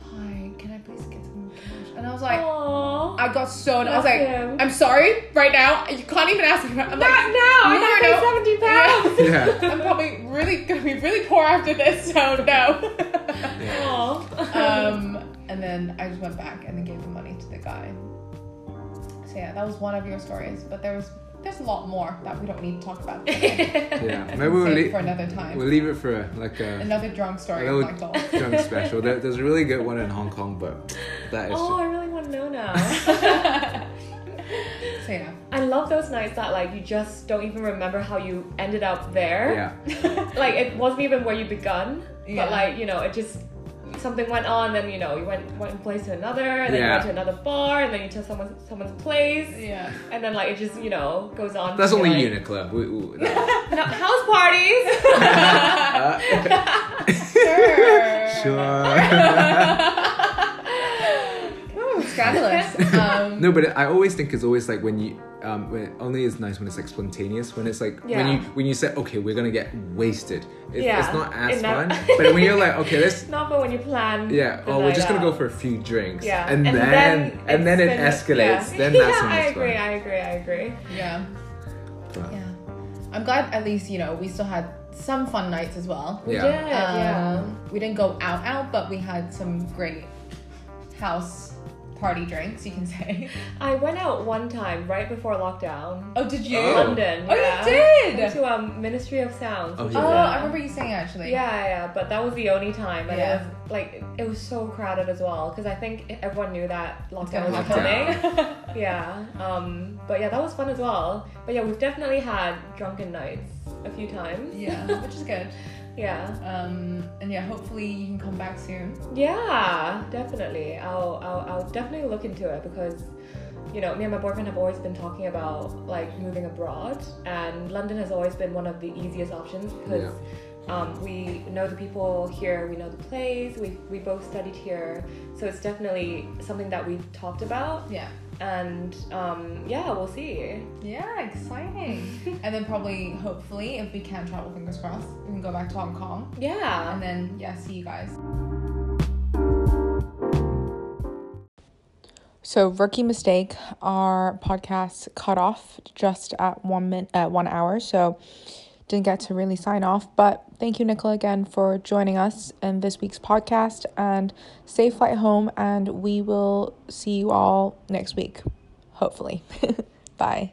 Speaker 1: "Hi, can I please get some cash?" And I was like,
Speaker 4: Aww.
Speaker 1: I got so. I was
Speaker 4: Bless
Speaker 1: like,
Speaker 4: him.
Speaker 1: "I'm sorry, right now, you can't even ask." me." I'm
Speaker 4: Not
Speaker 1: like,
Speaker 4: now. I
Speaker 1: No,
Speaker 4: gotta pay
Speaker 1: no.
Speaker 4: seventy pounds.
Speaker 2: yeah.
Speaker 1: I'm probably really gonna be really poor after this, so no. um, and then I just went back and then gave the money to the guy. So yeah, that was one of your stories, but there was there's a lot more that we don't need to talk about. Today.
Speaker 2: yeah. Maybe we'll,
Speaker 1: Save
Speaker 2: lea-
Speaker 1: for another time.
Speaker 2: we'll leave it for a, like a
Speaker 1: Another drunk story,
Speaker 2: Another-
Speaker 1: Michael.
Speaker 2: junk special. There, there's a really good one in Hong Kong, but that
Speaker 1: Um,
Speaker 2: is.
Speaker 3: Oh, I really want to know now.
Speaker 1: So yeah,
Speaker 3: I love those nights that like you just don't even remember how you ended up there.
Speaker 2: yeah,
Speaker 3: Like it wasn't even where you begun,
Speaker 1: Yeah.
Speaker 3: but like you know it just something went on. Then you know you went one place to another, and then
Speaker 2: Yeah.
Speaker 3: you went to another bar, and then you to someone's someone's place,
Speaker 1: yeah.
Speaker 3: and then like it just you know goes on.
Speaker 2: that's
Speaker 3: to,
Speaker 2: only
Speaker 3: like,
Speaker 2: Uniqlo. We, we, that-
Speaker 3: No, house parties.
Speaker 1: Sure.
Speaker 2: Uh, sure.
Speaker 1: Ooh,
Speaker 3: Oh,
Speaker 1: scandalous. Um,
Speaker 2: no, but I always think it's always like when you. Um, when only is nice when it's like spontaneous. When it's like when
Speaker 3: Yeah.
Speaker 2: you when you say okay, we're gonna get wasted. It, It's
Speaker 3: Yeah.
Speaker 2: not as
Speaker 3: It
Speaker 2: fun.
Speaker 3: never-
Speaker 2: but when you're like okay, let's
Speaker 3: Not but when you plan.
Speaker 2: yeah.
Speaker 3: the
Speaker 2: Oh, we're
Speaker 3: night
Speaker 2: just gonna
Speaker 3: out.
Speaker 2: go for a few drinks.
Speaker 3: Yeah.
Speaker 2: And, then, and then it
Speaker 3: it's been-
Speaker 2: escalates.
Speaker 3: yeah.
Speaker 2: Then that's
Speaker 3: yeah,
Speaker 2: when
Speaker 3: I
Speaker 2: it's
Speaker 3: agree.
Speaker 2: fun.
Speaker 3: I agree. I agree.
Speaker 1: Yeah.
Speaker 2: But-
Speaker 1: Yeah. I'm glad at least, you know, we still had some fun nights as well.
Speaker 2: Yeah.
Speaker 1: Um,
Speaker 3: yeah.
Speaker 1: We didn't go out out, but we had some great house party drinks, you can say.
Speaker 3: I went out one time right before lockdown.
Speaker 1: Oh, did you?
Speaker 2: Oh.
Speaker 3: London.
Speaker 1: Oh,
Speaker 3: yeah.
Speaker 1: you did.
Speaker 3: To um, Ministry of Sounds.
Speaker 2: Oh,
Speaker 3: which
Speaker 2: yeah.
Speaker 3: is,
Speaker 1: Oh,
Speaker 3: uh,
Speaker 1: I remember you saying actually.
Speaker 3: Yeah, yeah, but that was the only time, and
Speaker 1: Yeah.
Speaker 3: it was like it was so crowded as well because I think everyone knew that
Speaker 1: gonna
Speaker 3: lockdown was
Speaker 2: happen.
Speaker 3: coming. yeah, um, but yeah, that was fun as well. But yeah, we've definitely had drunken nights a few times.
Speaker 1: Yeah, which is good.
Speaker 3: Yeah,
Speaker 1: Um, and yeah, hopefully you can come back soon.
Speaker 3: yeah, definitely. I'll I'll, I'll definitely look into it because. You know, me and my boyfriend have always been talking about like moving abroad, and London has always been one of the easiest options because
Speaker 2: Yeah.
Speaker 3: Um, we know the people here, we know the plays, we, we both studied here, so it's definitely something that we've talked about.
Speaker 1: Yeah.
Speaker 3: And um, yeah, we'll see.
Speaker 1: Yeah, exciting. and then probably, hopefully, if we can travel, fingers crossed, we can go back to Hong Kong.
Speaker 3: Yeah.
Speaker 1: And then, yeah, see you guys. So, rookie mistake, our podcast cut off just at one minute, uh, one hour. So, didn't get to really sign off. But thank you, Nicola, again for joining us in this week's podcast. And safe flight home. And we will see you all next week, hopefully. Bye.